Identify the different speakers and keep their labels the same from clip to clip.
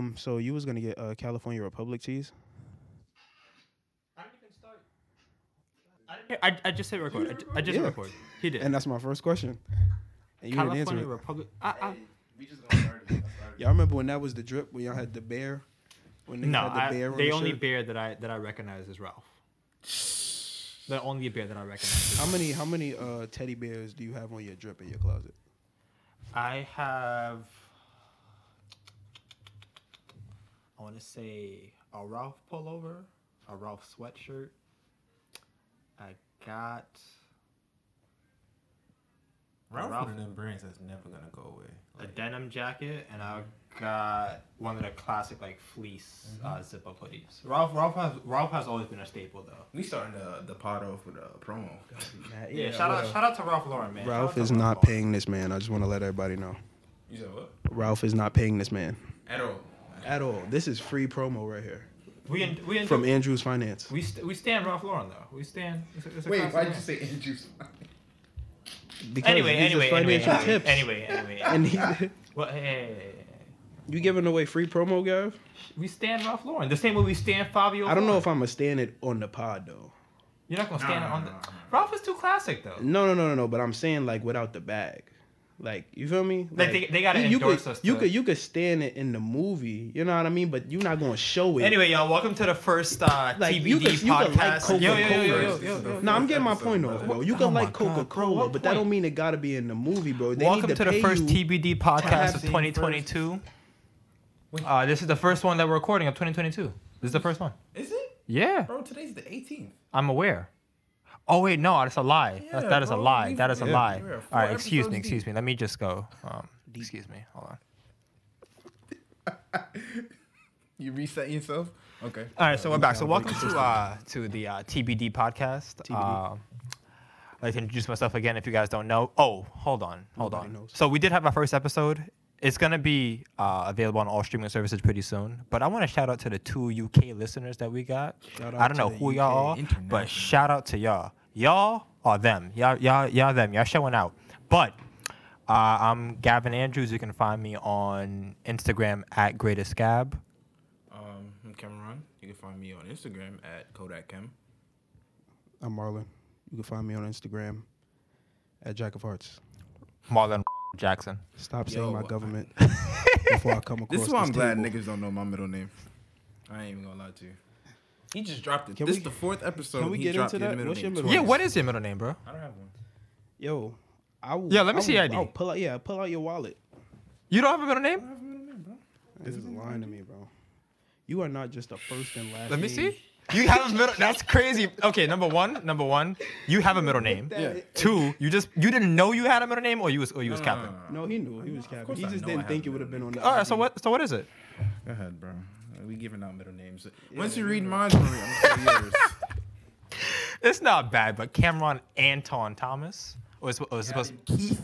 Speaker 1: Um, so you was gonna get uh, California Republic cheese.
Speaker 2: I didn't even start. I, I, I just hit record. I ju- I, just hit
Speaker 1: Yeah.
Speaker 2: record. He did.
Speaker 1: And that's my first question. And you didn't
Speaker 2: California
Speaker 1: answer it.
Speaker 2: Republic. I, I,
Speaker 3: We just gonna start it. That's our-
Speaker 1: Y'all remember when that was the drip when y'all had the bear? When
Speaker 2: no,
Speaker 1: had the
Speaker 2: I,
Speaker 1: bear on
Speaker 2: the
Speaker 1: the
Speaker 2: only
Speaker 1: shirt?
Speaker 2: bear that I that I recognize is Ralph. The only bear that I recognize. Is
Speaker 1: How many how many uh, teddy bears do you have on your drip in your closet?
Speaker 2: I have. I want to say a Ralph pullover, a Ralph sweatshirt. I got.
Speaker 4: Ralph,
Speaker 2: Ralph-
Speaker 4: one of them brands that's never gonna go away.
Speaker 2: a
Speaker 4: Like,
Speaker 2: denim jacket and I got one of the classic like fleece uh, zip up hoodies. Ralph Ralph has Ralph has always been a staple though.
Speaker 4: we starting the the pod off with a promo.
Speaker 2: Yeah, shout out shout out to Ralph Lauren man.
Speaker 1: Ralph
Speaker 2: Shout out
Speaker 1: is
Speaker 2: to
Speaker 1: not
Speaker 2: Lauren.
Speaker 1: paying this man. I just want to let everybody know.
Speaker 4: You said what?
Speaker 1: Ralph is not paying this man
Speaker 4: At all.
Speaker 1: at all. This is free promo right here
Speaker 2: We in, we in,
Speaker 1: from Andrews Finance.
Speaker 2: we st- we stand Ralph Lauren though. We stand. It's a, it's a
Speaker 3: Wait,
Speaker 2: classic
Speaker 3: why did you
Speaker 2: brand.
Speaker 3: say Andrew's?
Speaker 1: Because
Speaker 2: Anyway,
Speaker 1: these are
Speaker 2: anyway, anyway,
Speaker 1: financial
Speaker 2: anyway,
Speaker 1: tips.
Speaker 2: anyway, anyway,
Speaker 1: And he,
Speaker 2: Well, hey, hey, hey, hey, hey.
Speaker 1: you giving away free promo, Gav?
Speaker 2: we stand Ralph Lauren the same way we stand Fabio.
Speaker 1: I don't know
Speaker 2: Flores.
Speaker 1: if I'm gonna stand it on the pod though.
Speaker 2: you're not gonna stand
Speaker 4: no,
Speaker 2: on
Speaker 4: no,
Speaker 2: the.
Speaker 4: no, no.
Speaker 2: Ralph is too classic though.
Speaker 1: No, no, no, no, no. But I'm saying like without the bag, like you feel me?
Speaker 2: Like, they- they gotta
Speaker 1: you, you
Speaker 2: endorse
Speaker 1: could,
Speaker 2: us
Speaker 1: You
Speaker 2: to-
Speaker 1: could you could stand it in the movie. You know what I mean? But you're not gonna show it.
Speaker 2: Anyway, y'all, welcome to the first uh,
Speaker 1: Like,
Speaker 2: TBD
Speaker 1: you could- you could like
Speaker 2: podcast. yo, yo, yo, yo,
Speaker 1: Coca-Cola.
Speaker 2: yo,
Speaker 4: This is the
Speaker 1: No, I'm
Speaker 4: first
Speaker 1: getting my
Speaker 4: episode,
Speaker 1: point off,
Speaker 4: brother.
Speaker 1: bro. You can
Speaker 2: Oh my
Speaker 1: like
Speaker 2: God, bro,
Speaker 1: Coca Cola,
Speaker 2: what
Speaker 1: but that
Speaker 2: point?
Speaker 1: don't mean it gotta be in the movie, bro. They
Speaker 2: Welcome
Speaker 1: need
Speaker 2: to,
Speaker 1: to,
Speaker 2: the
Speaker 1: pay
Speaker 2: first
Speaker 1: you.
Speaker 2: TBD podcast of
Speaker 1: have seen
Speaker 2: 2022. Uh, this is the first one that we're recording of 2022. This is the first one.
Speaker 4: Is it?
Speaker 2: Yeah,
Speaker 4: Bro, today's the 18th.
Speaker 2: I'm aware. Oh wait, no, that's a lie.
Speaker 4: Yeah,
Speaker 2: That that is a
Speaker 4: bro,
Speaker 2: lie.
Speaker 4: we-
Speaker 2: That is a
Speaker 4: yeah,
Speaker 2: lie.
Speaker 4: we're
Speaker 2: All right,
Speaker 4: four
Speaker 2: excuse me,
Speaker 4: episodes
Speaker 2: excuse me. Let me just go. Um, excuse me. Hold on.
Speaker 3: You reset yourself? Okay.
Speaker 2: All right, so we're back. So welcome to uh, to the uh, TBD podcast. Uh, I'd like to introduce myself again if you guys don't know. Oh, hold on, hold
Speaker 1: Nobody
Speaker 2: on.
Speaker 1: knows.
Speaker 2: So we did have our first episode. It's gonna be uh, available on all streaming services pretty soon. But I want to shout out to the two UK listeners that we got.
Speaker 1: Shout
Speaker 2: I
Speaker 1: out
Speaker 2: don't
Speaker 1: to
Speaker 2: know
Speaker 1: the
Speaker 2: who
Speaker 1: UK
Speaker 2: y'all are,
Speaker 3: international.
Speaker 2: but shout out to y'all. Y'all are them. Y'all y'all y'all them. Y'all showing out. But uh, I'm Gavin Andrews. You can find me on Instagram at greatest gab.
Speaker 4: Um, I'm Cameron. You can find me on Instagram at Kodak Chem.
Speaker 1: I'm Marlon. You can find me on Instagram at Jack of Hearts.
Speaker 2: Marlon Jackson.
Speaker 1: Stop saying
Speaker 4: Yo,
Speaker 1: my
Speaker 4: I-
Speaker 1: government before I come across.
Speaker 3: This is why I'm glad
Speaker 1: table.
Speaker 3: niggas don't know my middle name.
Speaker 4: I ain't even gonna lie to you. He just dropped it.
Speaker 1: Can
Speaker 4: this
Speaker 1: we-
Speaker 4: is the fourth episode.
Speaker 1: can we
Speaker 4: he
Speaker 1: get
Speaker 4: dropped
Speaker 1: into
Speaker 4: your
Speaker 1: that?
Speaker 4: Middle
Speaker 1: What's your
Speaker 4: name
Speaker 1: middle
Speaker 4: twice.
Speaker 2: Yeah,
Speaker 1: Nice.
Speaker 2: what is your middle name, bro?
Speaker 4: I don't have one.
Speaker 1: Yo, I will.
Speaker 2: Yeah, let me
Speaker 1: I
Speaker 2: see
Speaker 1: will-
Speaker 2: ID.
Speaker 1: I'll pull out. Yeah, pull out your wallet.
Speaker 2: You don't have a middle name?
Speaker 1: This is lying to me, bro. You are not just a first and last.
Speaker 2: Let me
Speaker 1: name.
Speaker 2: see. You have a middle. That's crazy. Okay, number one, number one, you have a middle name.
Speaker 1: That-
Speaker 3: Yeah.
Speaker 2: Two, you just you didn't know you had a middle name, or you was or you was capping.
Speaker 4: Uh,
Speaker 1: No, he knew he was capping.
Speaker 4: course
Speaker 1: He
Speaker 4: I
Speaker 1: just
Speaker 4: know I
Speaker 1: didn't
Speaker 4: have
Speaker 1: think
Speaker 4: a
Speaker 1: it would have been on the.
Speaker 2: All right, so
Speaker 1: ID.
Speaker 2: what so what is it?
Speaker 4: Go ahead, bro. We giving out middle names. Once you read mine, I'm gonna say yours.
Speaker 2: It's not bad, but Cameron Anton Thomas, or it's, or it's supposed Keith.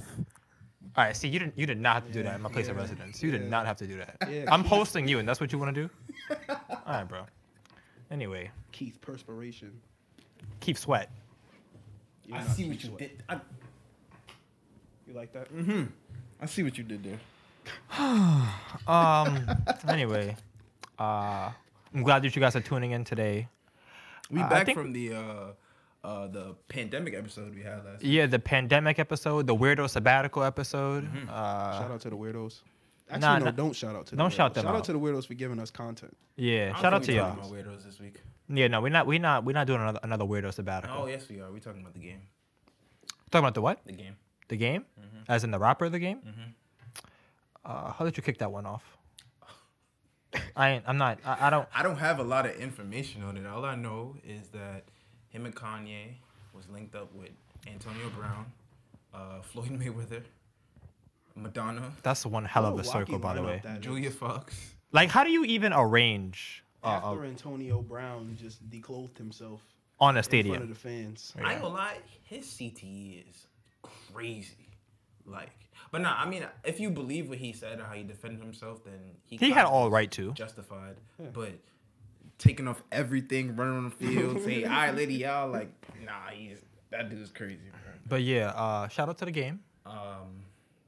Speaker 2: All right, see, you didn't you did not have to do that in my place of residence. You did not have to do that.
Speaker 1: Yeah.
Speaker 2: I'm hosting you, and that's what you want to do. All right, bro. Anyway,
Speaker 1: Keith Perspiration.
Speaker 2: keep sweat.
Speaker 1: You're
Speaker 3: I
Speaker 1: not
Speaker 3: see
Speaker 1: Keith
Speaker 3: what you
Speaker 1: Sweat.
Speaker 3: did. I,
Speaker 1: You like that?
Speaker 3: I see what you did there.
Speaker 2: Um. anyway, uh, I'm glad that you guys are tuning in today.
Speaker 4: We
Speaker 2: I
Speaker 4: back
Speaker 2: think-
Speaker 4: from the uh, uh, the pandemic episode we had last.
Speaker 2: Yeah, the pandemic episode, the weirdo sabbatical episode.
Speaker 1: Mm-hmm.
Speaker 2: Uh,
Speaker 1: shout out to the weirdos. Actually,
Speaker 2: nah,
Speaker 1: no,
Speaker 2: nah.
Speaker 1: don't shout out to. The
Speaker 2: Don't
Speaker 1: weirdos.
Speaker 2: shout them
Speaker 1: Shout out.
Speaker 2: out.
Speaker 1: to the weirdos for giving us content.
Speaker 2: yeah,
Speaker 4: I don't
Speaker 2: shout out
Speaker 4: think
Speaker 2: to
Speaker 4: we
Speaker 2: y'all.
Speaker 4: talking about Weirdos this week.
Speaker 2: Yeah, no, we're not, we're not, we're not doing another, another weirdo sabbatical.
Speaker 4: Oh yes, we are. We talking about the game.
Speaker 2: Talking about the what?
Speaker 4: The game.
Speaker 2: The game,
Speaker 1: Mm-hmm.
Speaker 2: as in the rapper, of the game. Uh, how did you kick that one off? I ain't, I'm not. I, I don't.
Speaker 4: I don't have a lot of information on it. All I know is that him and Kanye was linked up with Antonio Brown, uh, Floyd Mayweather, Madonna,
Speaker 2: That's one hell of
Speaker 1: What
Speaker 2: a circle,
Speaker 1: wacky
Speaker 2: by the
Speaker 1: lineup
Speaker 2: way.
Speaker 1: that is.
Speaker 4: Julia Fox.
Speaker 2: Like, how do you even arrange uh, uh,
Speaker 1: After Antonio Brown just declothed himself
Speaker 2: on a
Speaker 1: in front of
Speaker 2: stadium?
Speaker 1: the fans.
Speaker 4: I ain't gonna lie, his CTE is crazy. Like, but nah, I mean, if you believe what he said and how he defended himself, then he
Speaker 2: He had
Speaker 4: kinda
Speaker 2: all
Speaker 4: was
Speaker 2: right to.
Speaker 4: justified.
Speaker 1: Hmm.
Speaker 4: But taking off everything, running on the field, saying "All right, lady, y'all," like, nah, he's that dude's crazy. Bro.
Speaker 2: But yeah, uh, shout out to the game.
Speaker 4: Um,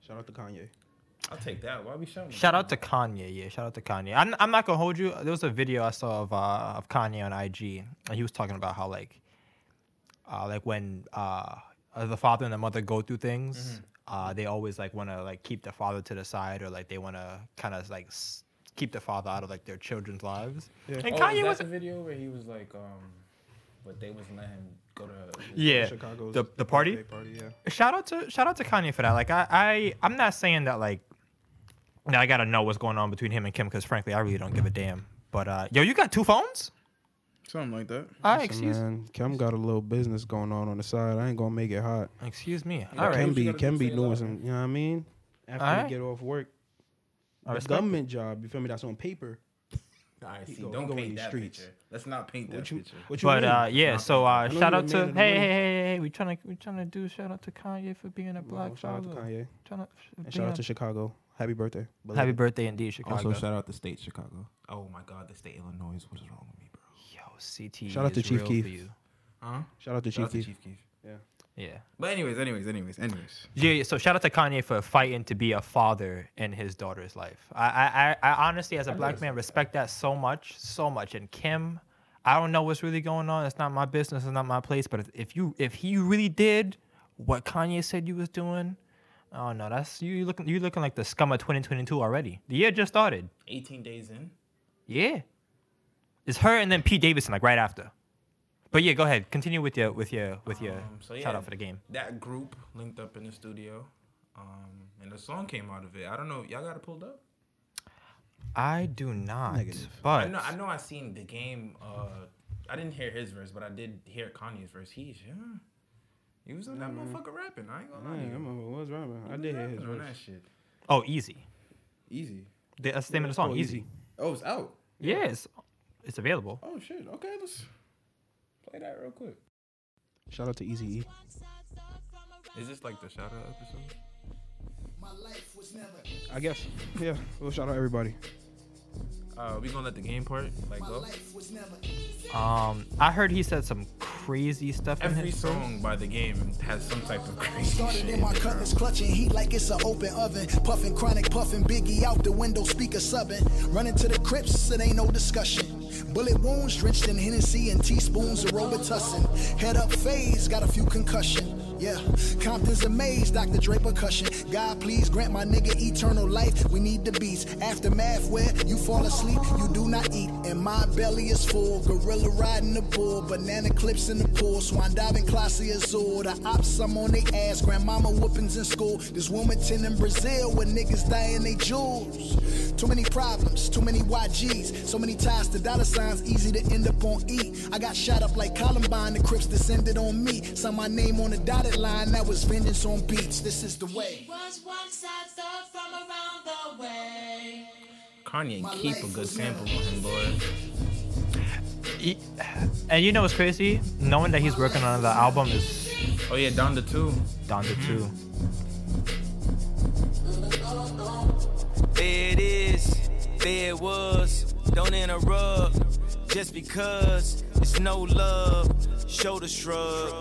Speaker 1: Shout out to Kanye.
Speaker 4: I'll take that. Why we shouting?
Speaker 2: Shout out to Kanye. Yeah, shout out to Kanye. I'm, I'm not gonna hold you. There was a video I saw of uh, of Kanye on IG, and he was talking about how like, uh, like when uh, uh, the father and the mother go through things,
Speaker 4: Mm-hmm.
Speaker 2: uh, they always like want to like keep the father to the side, or like they want to kind of like s- keep the father out of like their children's lives. And
Speaker 4: Oh,
Speaker 2: Kanye
Speaker 4: Kanye
Speaker 2: was
Speaker 4: the video where he was like, um, but they was letting him go to.
Speaker 2: yeah.
Speaker 1: Chicago's
Speaker 2: The the party.
Speaker 1: birthday party, yeah.
Speaker 2: shout out to shout out to Kanye for that. Like I, I I'm not saying that like that I gotta know what's going on between him and Kim because frankly I really don't give a damn. But uh yo, you got two phones?
Speaker 3: Something like that.
Speaker 2: I
Speaker 1: Listen,
Speaker 2: excuse
Speaker 1: man, Kim got a little business going on on the side. I ain't gonna make it hot.
Speaker 2: excuse me.
Speaker 4: Yeah,
Speaker 2: All
Speaker 1: Kim
Speaker 2: right.
Speaker 4: what you
Speaker 1: be
Speaker 4: gotta
Speaker 1: Kim
Speaker 4: do
Speaker 1: be
Speaker 4: to say
Speaker 1: doing
Speaker 4: that?
Speaker 1: some. You know what I mean? After
Speaker 2: All
Speaker 1: they
Speaker 2: right.
Speaker 1: get off work,
Speaker 2: I
Speaker 1: the
Speaker 2: respect
Speaker 1: government job. You feel me? That's on paper.
Speaker 4: All right, see,
Speaker 1: go-
Speaker 4: don't
Speaker 1: go in
Speaker 4: paint
Speaker 1: these
Speaker 4: that
Speaker 1: streets.
Speaker 4: picture. Let's not paint that
Speaker 1: What you,
Speaker 4: picture.
Speaker 1: what you
Speaker 2: But
Speaker 1: mean?
Speaker 2: uh yeah, so uh
Speaker 1: know you
Speaker 2: shout
Speaker 1: the
Speaker 2: out
Speaker 1: man
Speaker 2: to
Speaker 1: of the
Speaker 2: hey, hey
Speaker 1: money.
Speaker 2: hey hey we trying to we trying to do shout out to Kanye for being a
Speaker 1: Well,
Speaker 2: black
Speaker 1: shout out to
Speaker 2: father.
Speaker 1: Kanye
Speaker 2: Tryna-
Speaker 1: and
Speaker 2: being
Speaker 1: shout out
Speaker 2: a-
Speaker 1: to Chicago. Happy birthday.
Speaker 2: Happy
Speaker 1: belated.
Speaker 2: birthday indeed, Chicago.
Speaker 4: Also, shout out the state Chicago. Oh my God, the state Illinois. What is wrong with me, bro?
Speaker 2: Yo, CT
Speaker 1: Shout out to
Speaker 2: is
Speaker 1: Chief
Speaker 2: real
Speaker 1: Keef.
Speaker 2: for you.
Speaker 4: Huh?
Speaker 1: Shout out to
Speaker 4: Shout out
Speaker 1: Chief.
Speaker 4: to
Speaker 1: Keef.
Speaker 4: Chief Keef.
Speaker 2: Yeah.
Speaker 4: But anyways, anyways, anyways, anyways.
Speaker 2: Yeah, yeah, so shout out to Kanye for fighting to be a father in his daughter's life. I, I, I I honestly, as a black man, respect that so much, so much. And Kim, I don't know what's really going on. It's not my business. It's not my place. But if, if you, if he really did what Kanye said you was doing, oh no, that's you you looking, you looking like the scum of 2022 already. The year just started.
Speaker 4: 18 days in.
Speaker 2: Yeah, it's her and then Pete Davidson like right after. But yeah, go ahead, continue with your with your with your
Speaker 4: Um, so
Speaker 2: shout
Speaker 4: yeah.
Speaker 2: out for the game.
Speaker 4: That group linked up in the studio, um, and a song came out of it. I don't know. Y'all got it pulled up?
Speaker 2: I do not,
Speaker 1: Negative.
Speaker 2: but.
Speaker 4: I know. I know. I seen the game. Uh, I didn't hear his verse, but I did hear Kanye's verse. He's yeah. He was on that
Speaker 1: Mm-hmm.
Speaker 4: motherfucker rapping. I ain't gonna lie to
Speaker 1: Man,
Speaker 4: you.
Speaker 1: that motherfucker was rapping. I
Speaker 4: He
Speaker 1: did
Speaker 4: was
Speaker 1: hear his
Speaker 4: rapping on
Speaker 1: verse.
Speaker 4: that shit.
Speaker 2: Oh, easy.
Speaker 3: Easy.
Speaker 2: The- That's the name of the song.
Speaker 1: Oh,
Speaker 2: easy.
Speaker 1: Easy.
Speaker 3: Oh, it's out.
Speaker 2: Yeah, it's, it's available.
Speaker 3: Oh shit. Okay, let's play that real quick.
Speaker 1: Shout out to Easy E.
Speaker 4: Is this like the shout out episode?
Speaker 1: I guess. Yeah. We'll shout out everybody.
Speaker 4: Uh, we gonna let the game part like go.
Speaker 2: Um, I heard he said some crazy stuff in
Speaker 4: Every
Speaker 2: his
Speaker 4: song by the game has some type of crazy
Speaker 5: Started
Speaker 4: shit.
Speaker 5: in my cutlass, clutching heat like it's an open oven. Puffing chronic, puffing Biggie out the window, speaker subbing. Running to the crypts, it ain't no discussion. Bullet wounds drenched in Hennessy and teaspoons of Robitussin. Head up phase, got a few concussion. Yeah, Compton's amazed, Dr. Dre percussion. God, please grant my nigga eternal life. We need the beats. Aftermath where you fall asleep, you do not eat. And my belly is full. Gorilla riding the bull, banana clips in the pool. Swan diving, classy azul. The ops, I'm on they ass. Grandmama whoopings in school. This Wilmington in Brazil where niggas dying they jewels. Too many problems, too many YGs. So many ties to dollar signs, easy to end up on E. I got shot up like Columbine, the Crips descended on me. Saw my name on the dotted line, that was vengeance on beats. This is the way.
Speaker 6: was once I thought from around the way.
Speaker 4: Kanye keep a good sample on him, boy.
Speaker 2: E- And you know what's crazy? Knowing that he's working on the album is
Speaker 4: Oh yeah, down to two.
Speaker 2: Donda too.
Speaker 7: There it is, there it was. Don't interrupt just because it's no love. Shoulder shrug.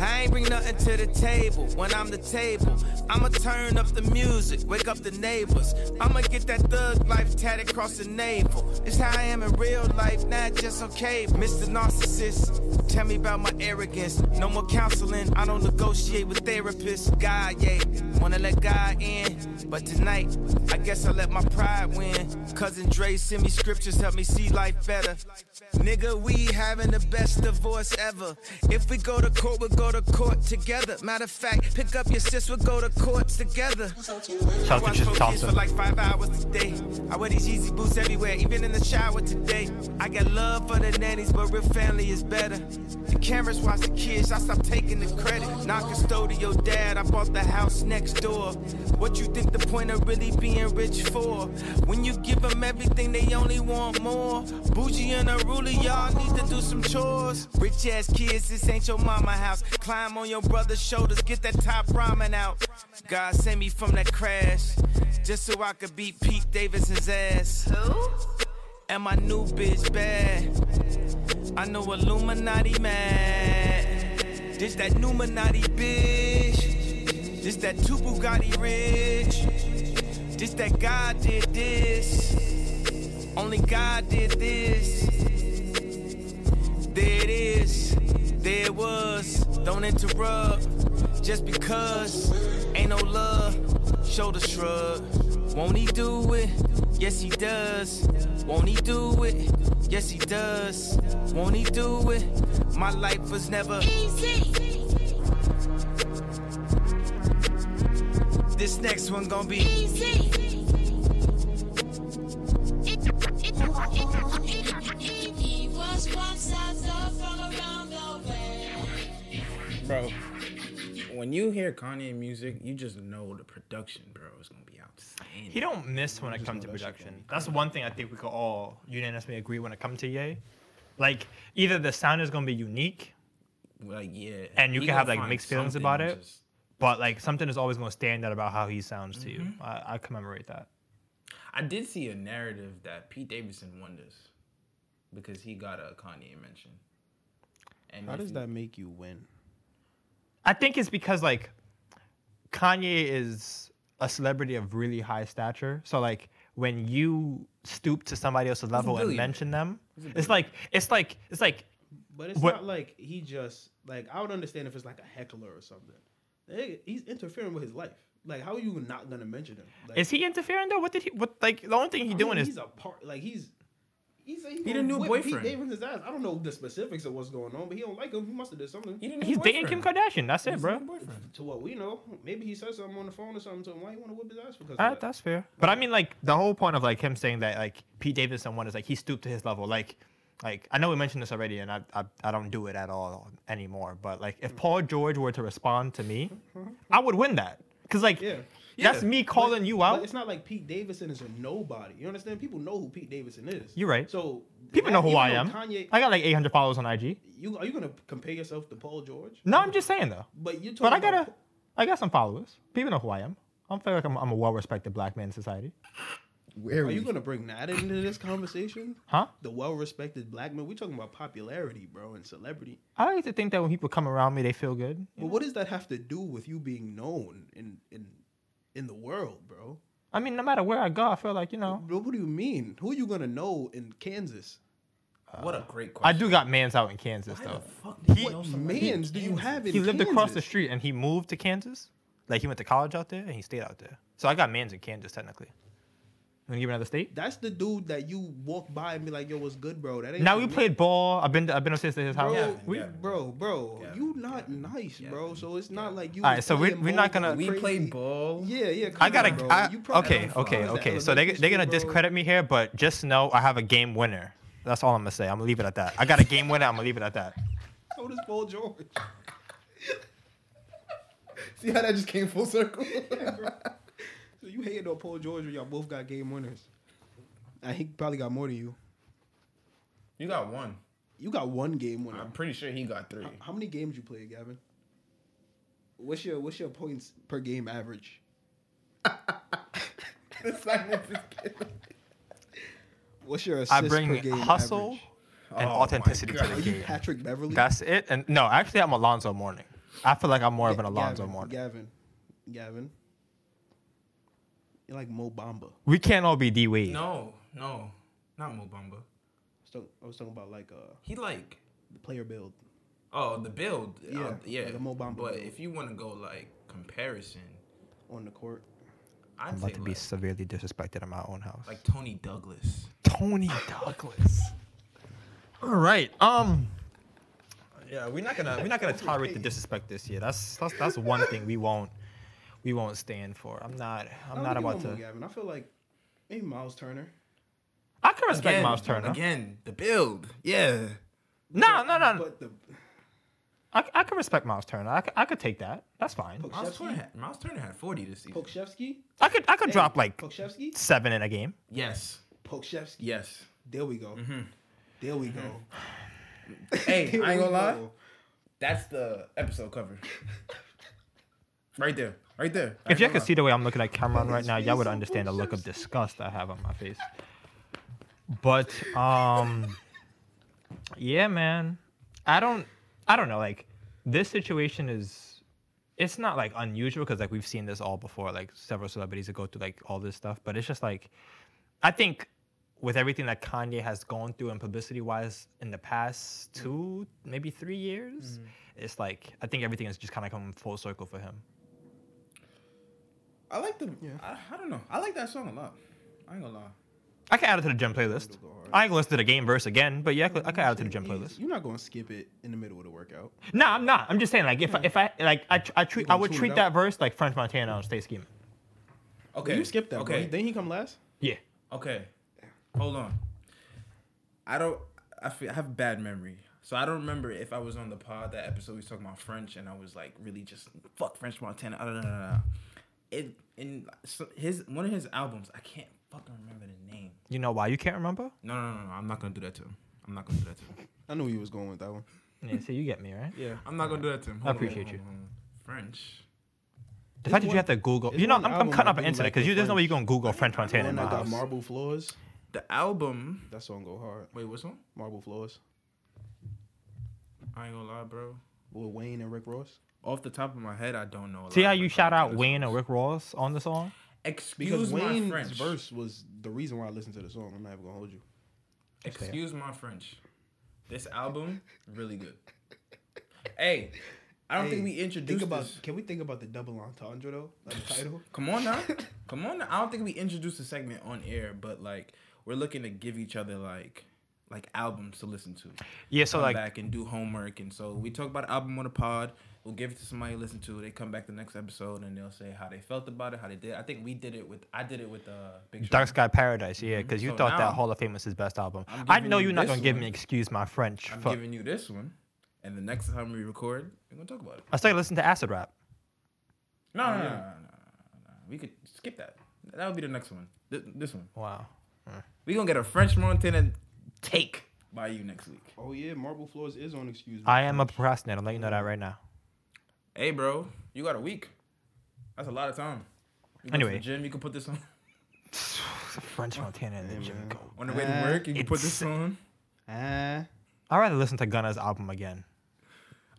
Speaker 7: I ain't bring nothing to the table when I'm the table. I'ma turn up the music, wake up the neighbors. I'ma get that thug life tatted across the navel. It's how I am in real life, not just okay. Mr. Narcissist, tell me about my arrogance. No more counseling, I don't negotiate with therapists. God, yeah, wanna let God in. But tonight, I guess I let my pride win. Cousin Dre send me scriptures, help me see life better. Nigga, we having the best divorce ever. If we go to court, we'll go to court together. Matter of fact, pick up your sis, we'll go to courts together.
Speaker 2: Shout out
Speaker 7: Watch
Speaker 2: to Tristan
Speaker 7: four kids for
Speaker 2: Thompson.
Speaker 7: like five hours today. I wear these Yeezy boots everywhere, even in the shower today. I got love for the nannies, but real family is better. The cameras watch the kids, I stop taking the credit. Non custodial dad, I bought the house next door. What you think the point of really being rich for? When you give them everything, they only want more. Bougie and a ruler, y'all need to do some chores. Rich ass kids, this ain't your mama house. Climb on your brother's shoulders, get that top ramen out. God save me from that crash, just so I could beat Pete Davidson's ass. Who? And my new bitch bad. I know Illuminati mad. This that Numinati bitch. This that two Bugatti rich. This that God did this. Only God did this. There it is. There it was. Don't interrupt. Just because ain't no love. Shoulder shrug. Won't he do it? Yes, he does. Won't he do it? Yes, he does. Won't he do it? My life was never.
Speaker 6: Easy,
Speaker 7: This next one gonna be.
Speaker 6: easy. He was once a dog from around the way.
Speaker 4: bro. When you hear Kanye music, you just know the production, bro, is gonna be outstanding.
Speaker 2: He don't miss when it comes to production. That's one thing I think we could all unanimously agree when it comes to Ye. Like either the sound is gonna be unique,
Speaker 4: like yeah,
Speaker 2: And you
Speaker 4: he
Speaker 2: can have,
Speaker 4: gonna
Speaker 2: like,
Speaker 4: find
Speaker 2: mixed feelings
Speaker 4: something
Speaker 2: about
Speaker 4: to
Speaker 2: it. but like something is always gonna stand out about how he sounds to you. I, I commemorate that.
Speaker 4: I did see a narrative that Pete Davidson won this because he got a Kanye mention. And
Speaker 1: How
Speaker 4: if
Speaker 1: does
Speaker 4: you-
Speaker 1: that make you win?
Speaker 2: I think it's because like Kanye is a celebrity of really high stature. So like when you stoop to somebody else's level and
Speaker 4: billionaire.
Speaker 2: mention them, it's like it's like it's like
Speaker 1: But it's
Speaker 2: What-
Speaker 1: not like he just like I would understand if it's like a heckler or something. Hey, He's interfering with his life. Like how are you not gonna mention him? Like,
Speaker 2: is he interfering though? What did he what like the only thing he
Speaker 1: I
Speaker 2: doing
Speaker 1: mean,
Speaker 2: is
Speaker 1: he's a part like he's he's a, he
Speaker 4: the
Speaker 1: gonna
Speaker 4: new
Speaker 1: whip Pete
Speaker 4: boyfriend.
Speaker 1: Davidson's ass. I don't know the specifics of what's going on, but he don't like him. He must have did something.
Speaker 4: He didn't
Speaker 2: he's
Speaker 4: have a
Speaker 2: dating Kim
Speaker 4: boyfriend.
Speaker 2: Kardashian. That's it,
Speaker 4: He's
Speaker 2: bro.
Speaker 4: not a boyfriend.
Speaker 1: To what we know, maybe he said something on the phone or something to him. Why he want to whip his ass? Because of
Speaker 2: Alright,
Speaker 1: that?
Speaker 2: that's fair. But I mean, like the whole point of like him saying that like Pete Davidson won is like he stooped to his level. Like, like I know we mentioned this already, and I I, I don't do it at all anymore. But like if Paul George were to respond to me, I would win that because like
Speaker 1: Mm-hmm. Yeah.
Speaker 2: that's
Speaker 4: Yeah.
Speaker 2: me calling you
Speaker 1: But
Speaker 2: out.
Speaker 1: it's not like Pete Davidson is a nobody. You understand? People know who Pete Davidson is.
Speaker 2: You're right.
Speaker 1: So
Speaker 2: People know who
Speaker 1: even
Speaker 2: I
Speaker 1: though
Speaker 2: am.
Speaker 1: Kanye,
Speaker 2: I got like 800 followers on IG.
Speaker 1: you are you gonna compare yourself to Paul George?
Speaker 2: No, I'm just saying though.
Speaker 1: But you.
Speaker 2: But I got a I got some followers. People know who I am. I feel like I'm, I'm a well-respected black man in society.
Speaker 1: Are you gonna bring that into this conversation?
Speaker 2: Huh?
Speaker 1: The well-respected black man. We're talking about popularity, bro, and celebrity.
Speaker 2: I like to think that when people come around me, they feel good.
Speaker 1: But what does that have to do with you being known in in in the world, bro?
Speaker 2: I mean, no matter where I go, I feel like you know.
Speaker 1: Bro, what do you mean? Who are you gonna know in Kansas?
Speaker 4: What a great question.
Speaker 2: I do got mans out in Kansas
Speaker 4: Why
Speaker 2: though.
Speaker 4: the fuck do you know
Speaker 1: What
Speaker 4: somebody in
Speaker 1: mans do you
Speaker 4: Kansas?
Speaker 1: have in
Speaker 2: He lived across the
Speaker 1: Kansas?
Speaker 2: street and he moved to Kansas. Like he went to college out there and he stayed out there. So I got mans in Kansas technically. Wanna give me another state?
Speaker 1: That's the dude that you walk by and be like, "Yo, what's good, bro?" That ain't
Speaker 2: Now
Speaker 1: your
Speaker 2: we
Speaker 1: nigga.
Speaker 2: played ball. I've been to, I've been upstairs to his house.
Speaker 1: bro,
Speaker 4: Gavin,
Speaker 1: we,
Speaker 4: Gavin,
Speaker 1: bro, bro,
Speaker 4: Gavin,
Speaker 1: you not nice, bro. So it's not like you.
Speaker 2: Alright,
Speaker 1: was
Speaker 2: so we-
Speaker 1: playing
Speaker 2: we're
Speaker 1: ball
Speaker 2: not gonna-
Speaker 1: with
Speaker 4: We
Speaker 1: crazy-
Speaker 4: played ball.
Speaker 1: Yeah, yeah.
Speaker 2: I
Speaker 1: come
Speaker 2: gotta.
Speaker 1: on, bro.
Speaker 2: I,
Speaker 1: You probably
Speaker 2: okay,
Speaker 1: had a-
Speaker 2: okay,
Speaker 1: what was that,
Speaker 2: okay. So they
Speaker 1: elementary
Speaker 2: they're gonna
Speaker 1: school, bro?
Speaker 2: discredit me here, but just know I have a game winner. That's all I'm gonna say. I'm gonna leave it at that. I got a game winner. I'm gonna leave it at that.
Speaker 1: So does Paul George.
Speaker 3: See how that just came full circle?
Speaker 1: So you hated on Paul George when y'all both got game winners. And he probably got more than you.
Speaker 4: You got one.
Speaker 1: You got one game winner.
Speaker 4: I'm pretty sure he got three.
Speaker 1: How many games you played, Gavin? What's your what's your points per game average?
Speaker 3: The silence is killing.
Speaker 1: What's your assists
Speaker 2: I
Speaker 1: per
Speaker 2: bring
Speaker 1: game
Speaker 2: hustle
Speaker 1: average?
Speaker 2: and
Speaker 4: Oh my
Speaker 2: authenticity to
Speaker 4: God.
Speaker 2: the
Speaker 1: Are you
Speaker 2: game.
Speaker 1: Patrick Beverly?
Speaker 2: That's it. And no, actually, I'm Alonzo Mourning. I feel like I'm more of an
Speaker 1: Ga-
Speaker 2: Alonzo
Speaker 1: Gavin,
Speaker 2: Mourning.
Speaker 1: Gavin, Gavin. You're like Mo Bamba.
Speaker 2: We can't all be D Wade.
Speaker 4: No, no, not
Speaker 1: I
Speaker 4: Mobamba.
Speaker 1: was talk- I was talking about like uh,
Speaker 4: He like
Speaker 1: the player build.
Speaker 4: oh the build. Yeah,
Speaker 1: Yeah,
Speaker 4: yeah.
Speaker 1: like a Mo Bamba
Speaker 4: but
Speaker 1: build.
Speaker 4: if you want to go like comparison,
Speaker 1: on the court.
Speaker 4: I'd
Speaker 2: I'm
Speaker 4: say
Speaker 2: about to be
Speaker 4: like,
Speaker 2: severely disrespected in my own house.
Speaker 4: like Tony Douglas.
Speaker 2: Tony Douglas. All right. Um. Yeah, we're not gonna Uh, we're not gonna tolerate the disrespect this year. That's that's that's one thing we won't we won't stand for. I'm not I'm not about to.
Speaker 1: Gavin. I feel like maybe Miles Turner.
Speaker 2: I can respect
Speaker 4: Again,
Speaker 2: Miles Turner.
Speaker 4: Again, the build. Yeah.
Speaker 2: No, no, no. no.
Speaker 1: But the
Speaker 2: I, I can respect Miles Turner. I, c- I could take that. That's fine.
Speaker 4: Miles Turner,
Speaker 1: Pokshevsky,
Speaker 4: had, Miles Turner had 40 this season.
Speaker 1: Pokshevsky,
Speaker 2: I could I could drop like
Speaker 1: Pokshevsky,
Speaker 2: seven in a game.
Speaker 4: Yes.
Speaker 1: Pokshevsky.
Speaker 4: Yes.
Speaker 1: There we go. There we go.
Speaker 4: Hey,
Speaker 1: There
Speaker 4: I ain't
Speaker 1: we
Speaker 4: gonna lie.
Speaker 1: go.
Speaker 4: That's the episode cover. right there. Right there. I
Speaker 2: If
Speaker 4: ain't
Speaker 2: y'all
Speaker 4: gonna
Speaker 2: could
Speaker 4: lie.
Speaker 2: see the way I'm looking at Cameron right
Speaker 1: His
Speaker 2: now, y'all
Speaker 1: face
Speaker 2: would
Speaker 1: so
Speaker 2: understand the look of disgust I have on my face. But um yeah, man. I don't I don't know, like this situation is it's not like unusual because like we've seen this all before. Like several celebrities that go through like all this stuff, but it's just like I think with everything that Kanye has gone through and publicity wise in the past two, maybe three years, it's like I think everything is just kind of coming full circle for him.
Speaker 4: I like the. I, I don't know. I like that song a lot. I ain't gonna lie.
Speaker 2: I can add it to the gym playlist. I ain't gonna listen to the game verse again, but yeah, I could- I can add it to the gym playlist.
Speaker 1: You're not gonna skip it in the middle of the workout.
Speaker 2: No, I'm not. I'm just saying, like, if I, if I like, I, tr- I treat, I
Speaker 1: gonna
Speaker 2: would
Speaker 1: tune it
Speaker 2: treat
Speaker 1: out?
Speaker 2: that verse like French Montana on Stay Scheming.
Speaker 4: Okay.
Speaker 1: You skip that. Okay.
Speaker 4: Okay.
Speaker 1: Bro. Then he come last.
Speaker 2: Yeah,
Speaker 4: Okay. Hold on. I don't. I, feel, I have bad memory, so I don't remember if I was on the pod that episode we was talking about French, and I was like really just fuck French Montana. I don't know. It in so his one of his albums. I can't fucking remember the name.
Speaker 2: you know why you can't remember?
Speaker 4: No, no, no, no. I'm not gonna do that to him. I'm not gonna do that to him.
Speaker 1: I knew you was going with that one.
Speaker 2: Yeah, see, you get me right.
Speaker 1: Yeah.
Speaker 4: I'm not gonna do that to him.
Speaker 2: I appreciate you.
Speaker 4: on. French.
Speaker 2: The fact that you have to Google,
Speaker 1: it's
Speaker 2: you know,
Speaker 1: one
Speaker 2: I'm, I'm
Speaker 1: album
Speaker 2: cutting
Speaker 1: I
Speaker 2: up an
Speaker 1: really
Speaker 2: internet
Speaker 1: like
Speaker 2: because
Speaker 1: with
Speaker 2: you there's no way
Speaker 1: French.
Speaker 2: you're gonna Google French Montana in
Speaker 1: And
Speaker 2: my
Speaker 1: I got
Speaker 2: house.
Speaker 1: marble floors.
Speaker 4: The album.
Speaker 1: That song go hard.
Speaker 4: Wait, what's one?
Speaker 1: Marble floors
Speaker 4: I ain't gonna lie, bro.
Speaker 1: with Wayne and Rick Ross.
Speaker 4: Off the top of my head, I don't know. a
Speaker 2: See
Speaker 4: lot
Speaker 2: how
Speaker 4: of
Speaker 2: you
Speaker 4: French
Speaker 2: shout out
Speaker 4: Montana
Speaker 2: Wayne and
Speaker 4: songs.
Speaker 2: Rick Ross on the song?
Speaker 1: Because
Speaker 4: Excuse my
Speaker 1: Wayne's
Speaker 4: French.
Speaker 1: verse was the reason why I listened to the song. I'm not even gonna hold you.
Speaker 4: Excuse my French. This album really good. Hey, I don't think we introduced
Speaker 1: Think about.
Speaker 4: this.
Speaker 1: Can we think about the double entendre though? Like the title.
Speaker 4: Come on now, come on. Now. I don't think we introduced the segment on air, but like we're looking to give each other like like albums to listen to.
Speaker 2: Yeah, so
Speaker 4: come
Speaker 2: like,
Speaker 4: back and do homework, and so we talk about an album on the pod. We'll give it to somebody to listen to. They come back the next episode and they'll say how they felt about it, how they did. I think we did it with I did it with uh, Big
Speaker 2: Dark
Speaker 4: Sean.
Speaker 2: Sky Paradise, yeah, because you
Speaker 4: So
Speaker 2: thought
Speaker 4: now-
Speaker 2: that Hall of Fame was his best album.
Speaker 4: I'm
Speaker 2: I
Speaker 4: giving
Speaker 2: know
Speaker 4: you
Speaker 2: you're not
Speaker 4: this
Speaker 2: gonna give
Speaker 4: one.
Speaker 2: me excuse my French.
Speaker 4: I'm
Speaker 2: for-
Speaker 4: giving you this one, and the next time we record, we're gonna talk about it.
Speaker 2: I started listening to acid rap.
Speaker 4: No,
Speaker 2: Oh,
Speaker 4: no, no, no, no, no, no. We could skip that. That would be the next one. Th- this one.
Speaker 2: Wow.
Speaker 4: We gonna get a French Montana take by you next week.
Speaker 1: Oh yeah, marble floors is on. Excuse me.
Speaker 2: I am a procrastinator. I'm letting you know that right now.
Speaker 4: Hey, bro, you got a week. That's a lot of time. You go to the
Speaker 2: Anyway.
Speaker 4: gym, you can put this on.
Speaker 2: French Montana and the Jimmy Go.
Speaker 4: On the way to work, you can put this
Speaker 2: Uh, It's-
Speaker 4: on.
Speaker 1: Ah.
Speaker 2: I'd rather listen to Gunna's album again.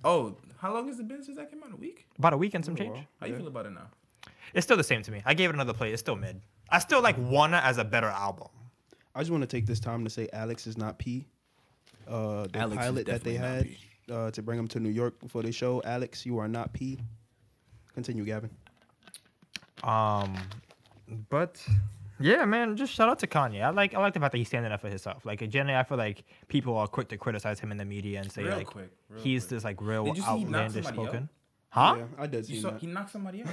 Speaker 4: Oh, how long has it been since that came out? A week.
Speaker 2: About a week and some change.
Speaker 1: well.
Speaker 4: How you feel about it now?
Speaker 2: It's still the same to me. I gave it another play. It's still mid. I still like Wanna as a better album.
Speaker 1: I just want to take this time to say Alex is not P. Uh, the
Speaker 4: Alex is
Speaker 1: pilot that they had
Speaker 4: definitely
Speaker 1: uh, to bring him to New York before they show. Alex, you are not P. Continue, Gavin.
Speaker 2: Um, but yeah, man, just shout out to Kanye. I like I like the fact that he's standing up for himself. Like generally, I feel like people are quick to criticize him in the media and say
Speaker 4: Real
Speaker 2: like
Speaker 4: quick, real
Speaker 2: he's
Speaker 4: quick.
Speaker 2: this like real
Speaker 4: Did you see he knocked
Speaker 2: outlandish
Speaker 4: somebody out?
Speaker 2: spoken. Huh?
Speaker 1: Yeah, I did
Speaker 4: You
Speaker 1: see
Speaker 4: saw
Speaker 1: that.
Speaker 4: he knocked somebody out.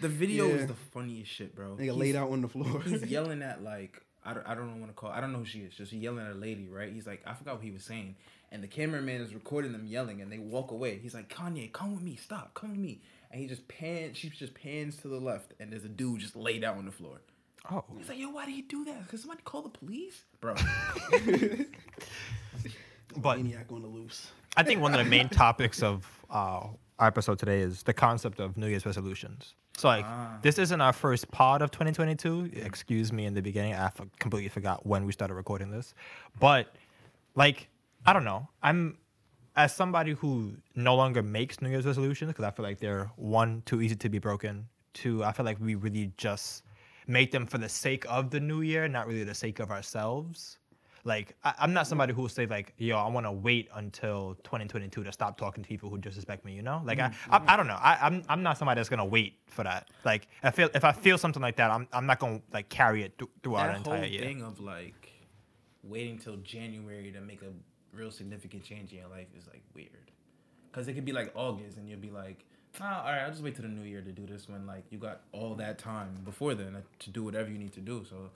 Speaker 4: the video
Speaker 1: Yeah.
Speaker 4: is the funniest shit, bro.
Speaker 1: Nigga
Speaker 4: He's-
Speaker 1: laid out on the floor.
Speaker 4: he's yelling at like I don't, I don't want to call I don't know who she is just yelling at a lady right he's like I forgot what he was saying and the cameraman is recording them yelling and they walk away he's like Kanye come with me stop come with me and he just pans she just pans to the left and there's a dude just laid out on the floor
Speaker 2: Oh,
Speaker 4: he's like yo why did he do that Could somebody call the police bro
Speaker 2: but
Speaker 1: Maniac on the loose.
Speaker 2: I think one of the main topics of uh, our episode today is the concept of New Year's resolutions. So, like, this isn't our first pod of 2022. Excuse me in the beginning. I f- completely forgot when we started recording this. But, like, I don't know. I'm, as somebody who no longer makes New Year's resolutions, because I feel like they're one, too easy to be broken. Two, I feel like we really just make them for the sake of the new year, not really the sake of ourselves. Like I, I'm not somebody who will say like, yo, I want to wait until 2022 to stop talking to people who disrespect me. You know, like I,
Speaker 4: Mm-hmm.
Speaker 2: I, I don't know. I, I'm, I'm not somebody that's gonna wait for that. Like I feel if I feel something like that, I'm, I'm not gonna like carry it th- throughout
Speaker 4: that
Speaker 2: an
Speaker 4: whole
Speaker 2: entire year.
Speaker 4: thing of like waiting till January to make a real significant change in your life is like weird. Cause it could be like August and you'll be like, oh, all right, I'll just wait till the new year to do this when like you got all that time before then to do whatever you need to do. So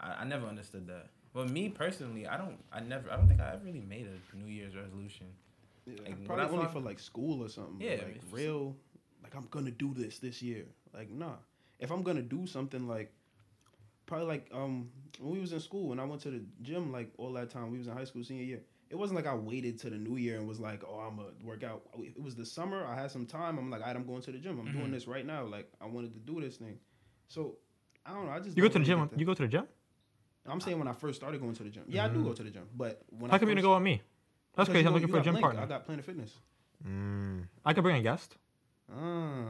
Speaker 4: I, I never understood that. But me personally, I don't, I never, I don't think I ever really made a New Year's resolution. Like, what
Speaker 1: Probably
Speaker 4: I
Speaker 1: only
Speaker 4: find-
Speaker 1: for like school or something. but,
Speaker 4: Yeah,
Speaker 1: like
Speaker 4: it's-
Speaker 1: real. Like I'm gonna do this this year. Like nah. If I'm gonna do something like, probably like um when we was in school when I went to the gym like all that time we was in high school senior year. It wasn't like I waited to the new year and was like, oh, I'm gonna work out. It was the summer. I had some time. I'm like, all right, I'm going to the gym. I'm
Speaker 4: Mm-hmm.
Speaker 1: doing this right now. Like I wanted to do this thing. So I don't know. I just
Speaker 2: You go
Speaker 1: don't
Speaker 2: to the
Speaker 1: really
Speaker 2: gym.
Speaker 1: get that.
Speaker 2: You go to the gym.
Speaker 1: I'm saying when I first started going to the gym. Yeah, I do go to the gym, but when
Speaker 2: How
Speaker 1: I
Speaker 2: come you're
Speaker 1: first-
Speaker 2: gonna go with me?
Speaker 1: Because
Speaker 2: That's crazy.
Speaker 1: you
Speaker 2: I'm
Speaker 1: go-
Speaker 2: looking
Speaker 1: you
Speaker 2: for a
Speaker 1: got
Speaker 2: gym
Speaker 1: Link, I
Speaker 2: partner.
Speaker 1: got Planet Fitness.
Speaker 2: I could bring a guest.
Speaker 1: Ah.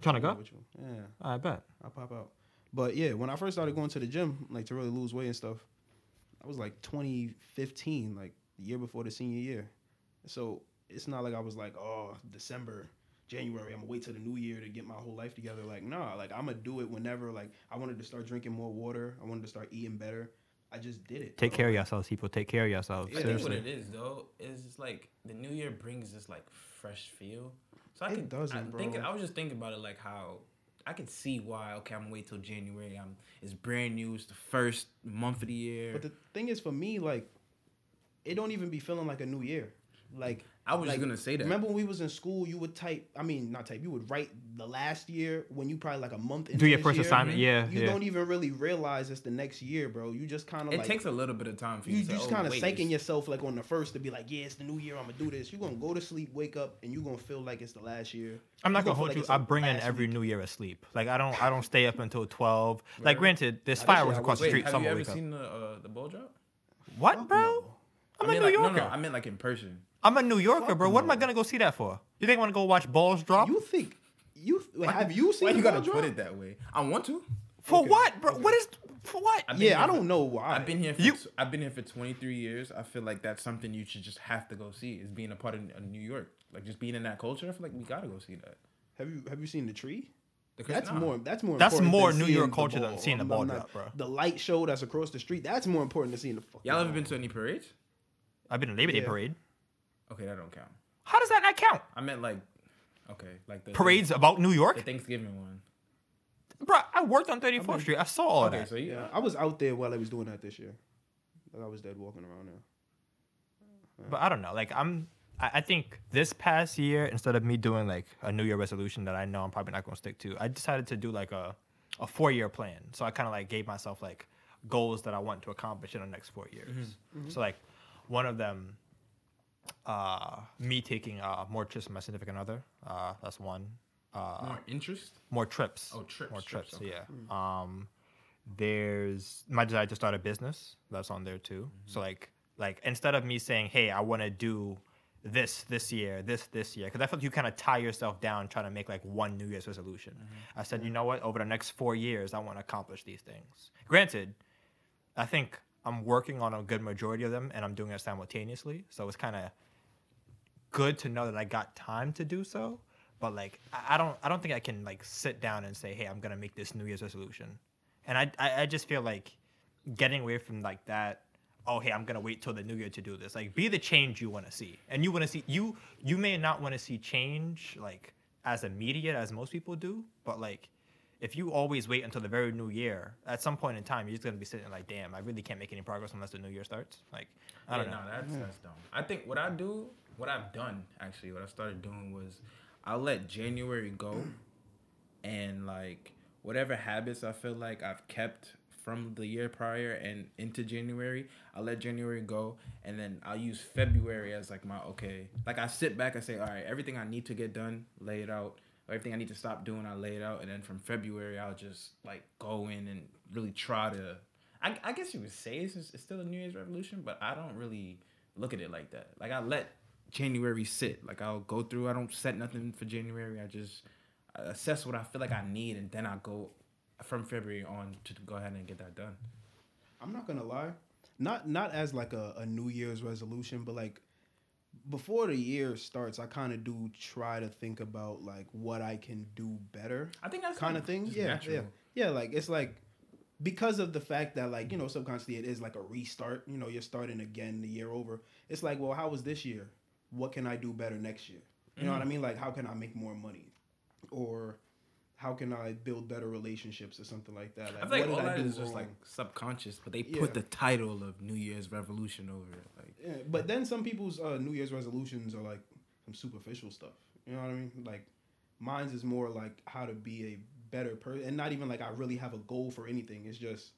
Speaker 2: Tryna go?
Speaker 1: With you. Yeah,
Speaker 2: I bet.
Speaker 1: I'll pop out. But yeah, when I first started going to the gym, like to really lose weight and stuff, I was like 2015, like the year before the senior year. So it's not like I was like, oh, December, January, I'm gonna wait till the new year to get my whole life together. Like, nah, like I'm gonna do it whenever. Like, I wanted to start drinking more water. I wanted to start eating better. I just did it.
Speaker 2: Take care of yourselves, people. Take care of yourselves.
Speaker 4: Yeah, I think what
Speaker 2: Seriously.
Speaker 4: it is though is it's like the new year brings this like fresh feel. So I
Speaker 1: It
Speaker 4: could,
Speaker 1: doesn't,
Speaker 4: I'm
Speaker 1: bro.
Speaker 4: Thinking, I was just thinking about it like how I could see why. Okay, I'm gonna wait till January. I'm it's brand new. It's the first month of the year.
Speaker 1: But the thing is, for me, like, it don't even be feeling like a new year. Like
Speaker 4: I was
Speaker 1: like,
Speaker 4: just gonna say that.
Speaker 1: Remember when we was in school, you would type. I mean, not type. You would write the last year when you probably like a month into
Speaker 2: Do your
Speaker 1: this
Speaker 2: first
Speaker 1: year.
Speaker 2: assignment. Yeah,
Speaker 1: You
Speaker 2: yeah.
Speaker 1: don't even really realize it's the next year, bro. You just kind of
Speaker 4: it
Speaker 1: like
Speaker 4: takes a little bit of time for you.
Speaker 1: you
Speaker 4: to
Speaker 1: just
Speaker 4: say,
Speaker 1: kind
Speaker 4: oh,
Speaker 1: of
Speaker 4: wait,
Speaker 1: psyching
Speaker 4: it's-
Speaker 1: yourself like on the first to be like, yeah, it's the new year. I'm gonna do this. You're gonna go to sleep, wake up, and you're gonna feel like it's the last year.
Speaker 2: I'm
Speaker 1: You
Speaker 2: not
Speaker 1: feel
Speaker 2: gonna hold
Speaker 1: like
Speaker 2: you.
Speaker 1: it's
Speaker 2: I
Speaker 1: the
Speaker 2: bring in
Speaker 1: last
Speaker 2: every
Speaker 1: week.
Speaker 2: New Year asleep. Like I don't. I don't stay up until twelve. Like granted, there's
Speaker 1: this year
Speaker 2: fireworks
Speaker 1: I
Speaker 2: across the
Speaker 4: Wait,
Speaker 2: street.
Speaker 4: have you
Speaker 2: Someone
Speaker 4: ever
Speaker 2: wake up.
Speaker 4: seen the uh, the ball drop?
Speaker 2: What, bro? I'm
Speaker 4: I
Speaker 2: a
Speaker 4: mean,
Speaker 2: New
Speaker 4: like,
Speaker 2: Yorker.
Speaker 4: No, no, I meant like in person.
Speaker 2: I'm a New Yorker, bro. What am I gonna go see that for? You think I wanna go watch balls drop?
Speaker 1: You think you wait, have you seen?
Speaker 4: Why you
Speaker 1: the ball
Speaker 4: gotta put
Speaker 1: drop?
Speaker 4: it that way? I want to.
Speaker 2: for what, bro? What is for what?
Speaker 4: I've been
Speaker 1: Yeah, I
Speaker 4: here for-
Speaker 1: don't know why.
Speaker 4: I've been here. For,
Speaker 2: You-
Speaker 4: tw- I've been here for 23 years. I feel like that's something you should just have to go see. Is being a part of of New York, like just being in that culture. I feel like we gotta go see that.
Speaker 1: Have you have you seen the tree?
Speaker 4: Because
Speaker 1: That's
Speaker 4: nah.
Speaker 1: more. That's more.
Speaker 2: That's
Speaker 1: important
Speaker 2: more
Speaker 1: than
Speaker 2: New
Speaker 1: seeing
Speaker 2: York
Speaker 1: the
Speaker 2: culture than seeing the
Speaker 1: I'm
Speaker 2: ball
Speaker 1: not-
Speaker 2: drop, bro.
Speaker 1: The light show that's across the street. That's more important than seeing the fucking.
Speaker 4: Y'all ever been to any parades?
Speaker 2: I've been in Labor Day
Speaker 1: Yeah.
Speaker 2: parade.
Speaker 4: Okay, that don't count.
Speaker 2: How does that not count?
Speaker 4: I meant like, okay, like the
Speaker 2: Parades about New
Speaker 4: the
Speaker 2: York,
Speaker 4: Thanksgiving one.
Speaker 2: bro. I worked on 34th Street. I saw all
Speaker 4: Okay,
Speaker 2: that.
Speaker 4: so you,
Speaker 1: Yeah, I was out there while I was doing that this year. Like I was dead walking around there.
Speaker 2: But I don't know. Like I'm, I, I think this past year, instead of me doing like a New Year resolution that I know I'm probably not going to stick to, I decided to do like a, a four year plan. So I kind of like gave myself like goals that I want to accomplish in the next four years. So like, one of them, uh, me taking uh more trips with my significant other. Uh, that's one. Uh,
Speaker 4: more interest.
Speaker 2: more trips.
Speaker 4: Oh, trips,
Speaker 2: More trips.
Speaker 4: trips, okay. Hmm.
Speaker 2: Yeah. Um, there's my desire to start a business. That's on there too.
Speaker 4: Mm-hmm.
Speaker 2: So like, like instead of me saying, "Hey, I want to do this this year, this this year," because I feel like you kind of tie yourself down trying to make like one New Year's resolution.
Speaker 4: Mm-hmm.
Speaker 2: I said, you know what? Over the next four years, I want to accomplish these things. Granted, I think I'm working on a good majority of them, and I'm doing it simultaneously. So it's kind of good to know that I got time to do so. But like, I I don't, I don't think I can like sit down and say, "Hey, I'm gonna make this New Year's resolution." And I, I, I just feel like getting away from like that. Oh, hey, I'm gonna wait till the New Year to do this. Like, be the change you want to see, and you want to see you. You may not want to see change like as immediate as most people do, but like. If you always wait until the very new year, at some point in time, you're just gonna be sitting like, "Damn, I really can't make any progress unless the new year starts." Like, I
Speaker 4: Yeah,
Speaker 2: don't know.
Speaker 4: no, that's that's dumb. I think what I do, what I've done actually, what I started doing was I let January go, and like whatever habits I feel like I've kept from the year prior and into January, I let January go, and then I'll use February as like my okay. Like I sit back and say, all right, everything I need to get done, lay it out. Everything I need to stop doing, I lay it out, and then from February, I'll just like go in and really try to I, I guess you would say it's, it's still a New Year's revolution, but I don't really look at it like that. Like I let January sit. Like I'll go through. I don't set nothing for January. I just I assess what I feel like I need, and then I go from February on to go ahead and get that done.
Speaker 1: I'm not gonna lie, not not as like a, a New Year's resolution, but like before the year starts, I kind of do try to think about like what I can do better.
Speaker 4: I think that's
Speaker 1: kind of
Speaker 4: like
Speaker 1: thing.
Speaker 4: just
Speaker 1: Yeah,
Speaker 4: natural.
Speaker 1: yeah, yeah. Like it's like because of the fact that like you know subconsciously it is like a restart. You know, you're starting again the year over. It's like, well, how was this year? What can I do better next year? You know what I
Speaker 4: Mm.
Speaker 1: mean? Like, how can I make more money, or how can I build better relationships or something like that?
Speaker 4: I feel like all
Speaker 1: what did
Speaker 4: that
Speaker 1: do
Speaker 4: is just
Speaker 1: wrong?
Speaker 4: like subconscious, but they
Speaker 1: Yeah.
Speaker 4: put the title of New Year's revolution over it. Like
Speaker 1: Yeah, but then some people's uh, New Year's resolutions are like some superficial stuff. You know what I mean? Like mine's is more like how to be a better person, and not even like I really have a goal for anything. It's just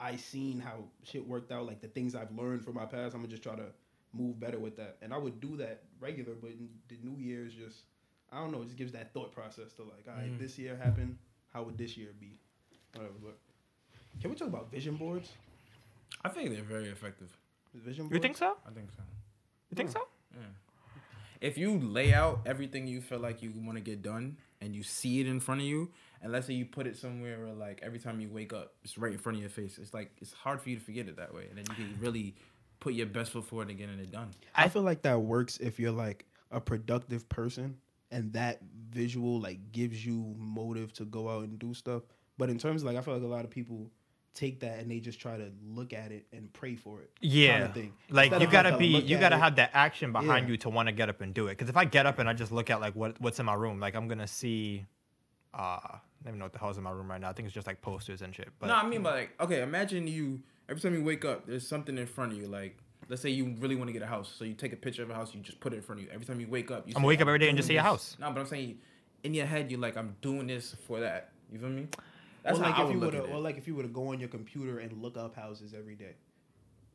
Speaker 1: I seen how shit worked out, like the things I've learned from my past. I'm gonna just try to move better with that, and I would do that regular. But the New Year's just I don't know. It just gives that thought process to like, all right, this year happened. How would this year be? Whatever. But can we talk about vision boards?
Speaker 4: I think they're very effective.
Speaker 1: Vision boards?
Speaker 2: You think so?
Speaker 4: I think so.
Speaker 2: You think so?
Speaker 4: if you lay out everything you feel like you want to get done and you see it in front of you, and let's say you put it somewhere where like every time you wake up, it's right in front of your face. It's like it's hard for you to forget it that way, and then you can really put your best foot forward and getting it done.
Speaker 1: I, feel like that works if you're like a productive person and that visual like gives you motive to go out and do stuff. But in terms of like I feel like a lot of people take that and they just try to look at it and pray for it.
Speaker 2: Yeah,
Speaker 1: kinda thing.
Speaker 2: like
Speaker 1: Instead
Speaker 2: you
Speaker 1: of,
Speaker 2: gotta
Speaker 1: a
Speaker 2: be,
Speaker 1: look
Speaker 2: you
Speaker 1: at
Speaker 2: gotta
Speaker 1: it-
Speaker 2: have that action behind
Speaker 1: Yeah.
Speaker 2: you to want to get up and do it. Because if I get up and I just look at like what what's in my room, like I'm gonna see, uh, I don't even know what the hell's in my room right now. I think it's just like posters and shit. But
Speaker 4: no, I mean, but like, okay, imagine you every time you wake up, there's something in front of you. Like, let's say you really want to get a house, so you take a picture of a house, you just put it in front of you. Every time you wake up, you
Speaker 2: I'm gonna wake up every day and just see a house.
Speaker 4: No, but I'm saying in your head, you're like, I'm doing this for that. You feel me? That's
Speaker 1: or like
Speaker 4: how I
Speaker 1: if
Speaker 4: would
Speaker 1: you
Speaker 4: look
Speaker 1: would
Speaker 4: at
Speaker 1: or
Speaker 4: it.
Speaker 1: like if you were to go on your computer and look up houses every day.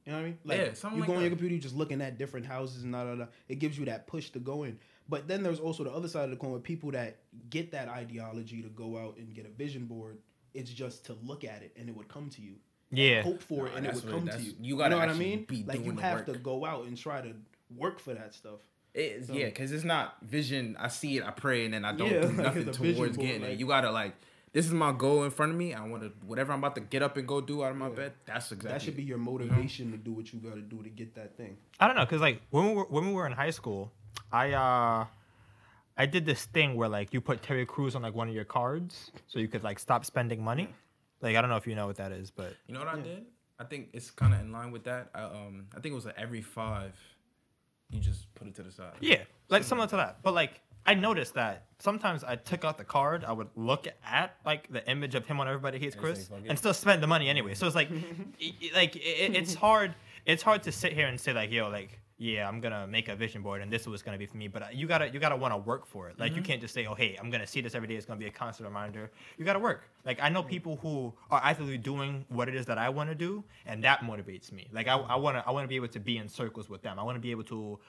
Speaker 1: You know what I mean? Like
Speaker 4: Yeah, something
Speaker 1: you
Speaker 4: like
Speaker 1: go on your
Speaker 4: that.
Speaker 1: computer, you just looking at different houses and da da da. It gives you that push to go in. But then there's also the other side of the coin where people that get that ideology to go out and get a vision board. It's just to look at it and it would come to you.
Speaker 2: yeah,
Speaker 1: Hope for it
Speaker 4: Nah,
Speaker 1: and it
Speaker 4: that's
Speaker 1: would
Speaker 4: what-
Speaker 1: come to
Speaker 4: that's-
Speaker 1: you.
Speaker 4: you gotta
Speaker 1: know what I
Speaker 4: actually
Speaker 1: mean?
Speaker 4: be
Speaker 1: like you
Speaker 4: doing the
Speaker 1: have to
Speaker 4: work.
Speaker 1: go out and try to work for that stuff.
Speaker 4: It's, yeah, because it's not vision. I see it, I pray, and then I don't
Speaker 1: Yeah,
Speaker 4: do
Speaker 1: like,
Speaker 4: nothing
Speaker 1: it's a vision
Speaker 4: towards
Speaker 1: board,
Speaker 4: getting
Speaker 1: like-
Speaker 4: it. You gotta like, this is my goal in front of me. I want to whatever I'm about to get up and go do out of my bed. That's exactly.
Speaker 1: That should be your motivation to do what you got to do to get that thing.
Speaker 2: I don't know, cause like when we were, when we were in high school, I uh, I did this thing where like you put Terry Crews on like one of your cards, so you could like stop spending money. Like I don't know if you know what that is, but
Speaker 4: You know what I did? I think it's kind of in line with that. I, um, I think it was like every five, you just put it to the side.
Speaker 2: yeah, like similar to that. But like I noticed that sometimes I took out the card, I would look at like the image of him on Everybody Hates Chris,
Speaker 4: fuck it.
Speaker 2: and still spend the money anyway. So it's like, i- i- like i- i it's hard. It's hard to sit here and say like, yo, like. Yeah, I'm gonna make a vision board, and this is what's gonna be for me. But uh, you gotta, you gotta want to work for it. Like you can't just say, "Oh, hey, I'm gonna see this every day. It's gonna be a constant reminder." You gotta work. Like I know people who are actively doing what it is that I want to do, and that motivates me. Like I, I wanna, I wanna be able to be in circles with them. I wanna be able to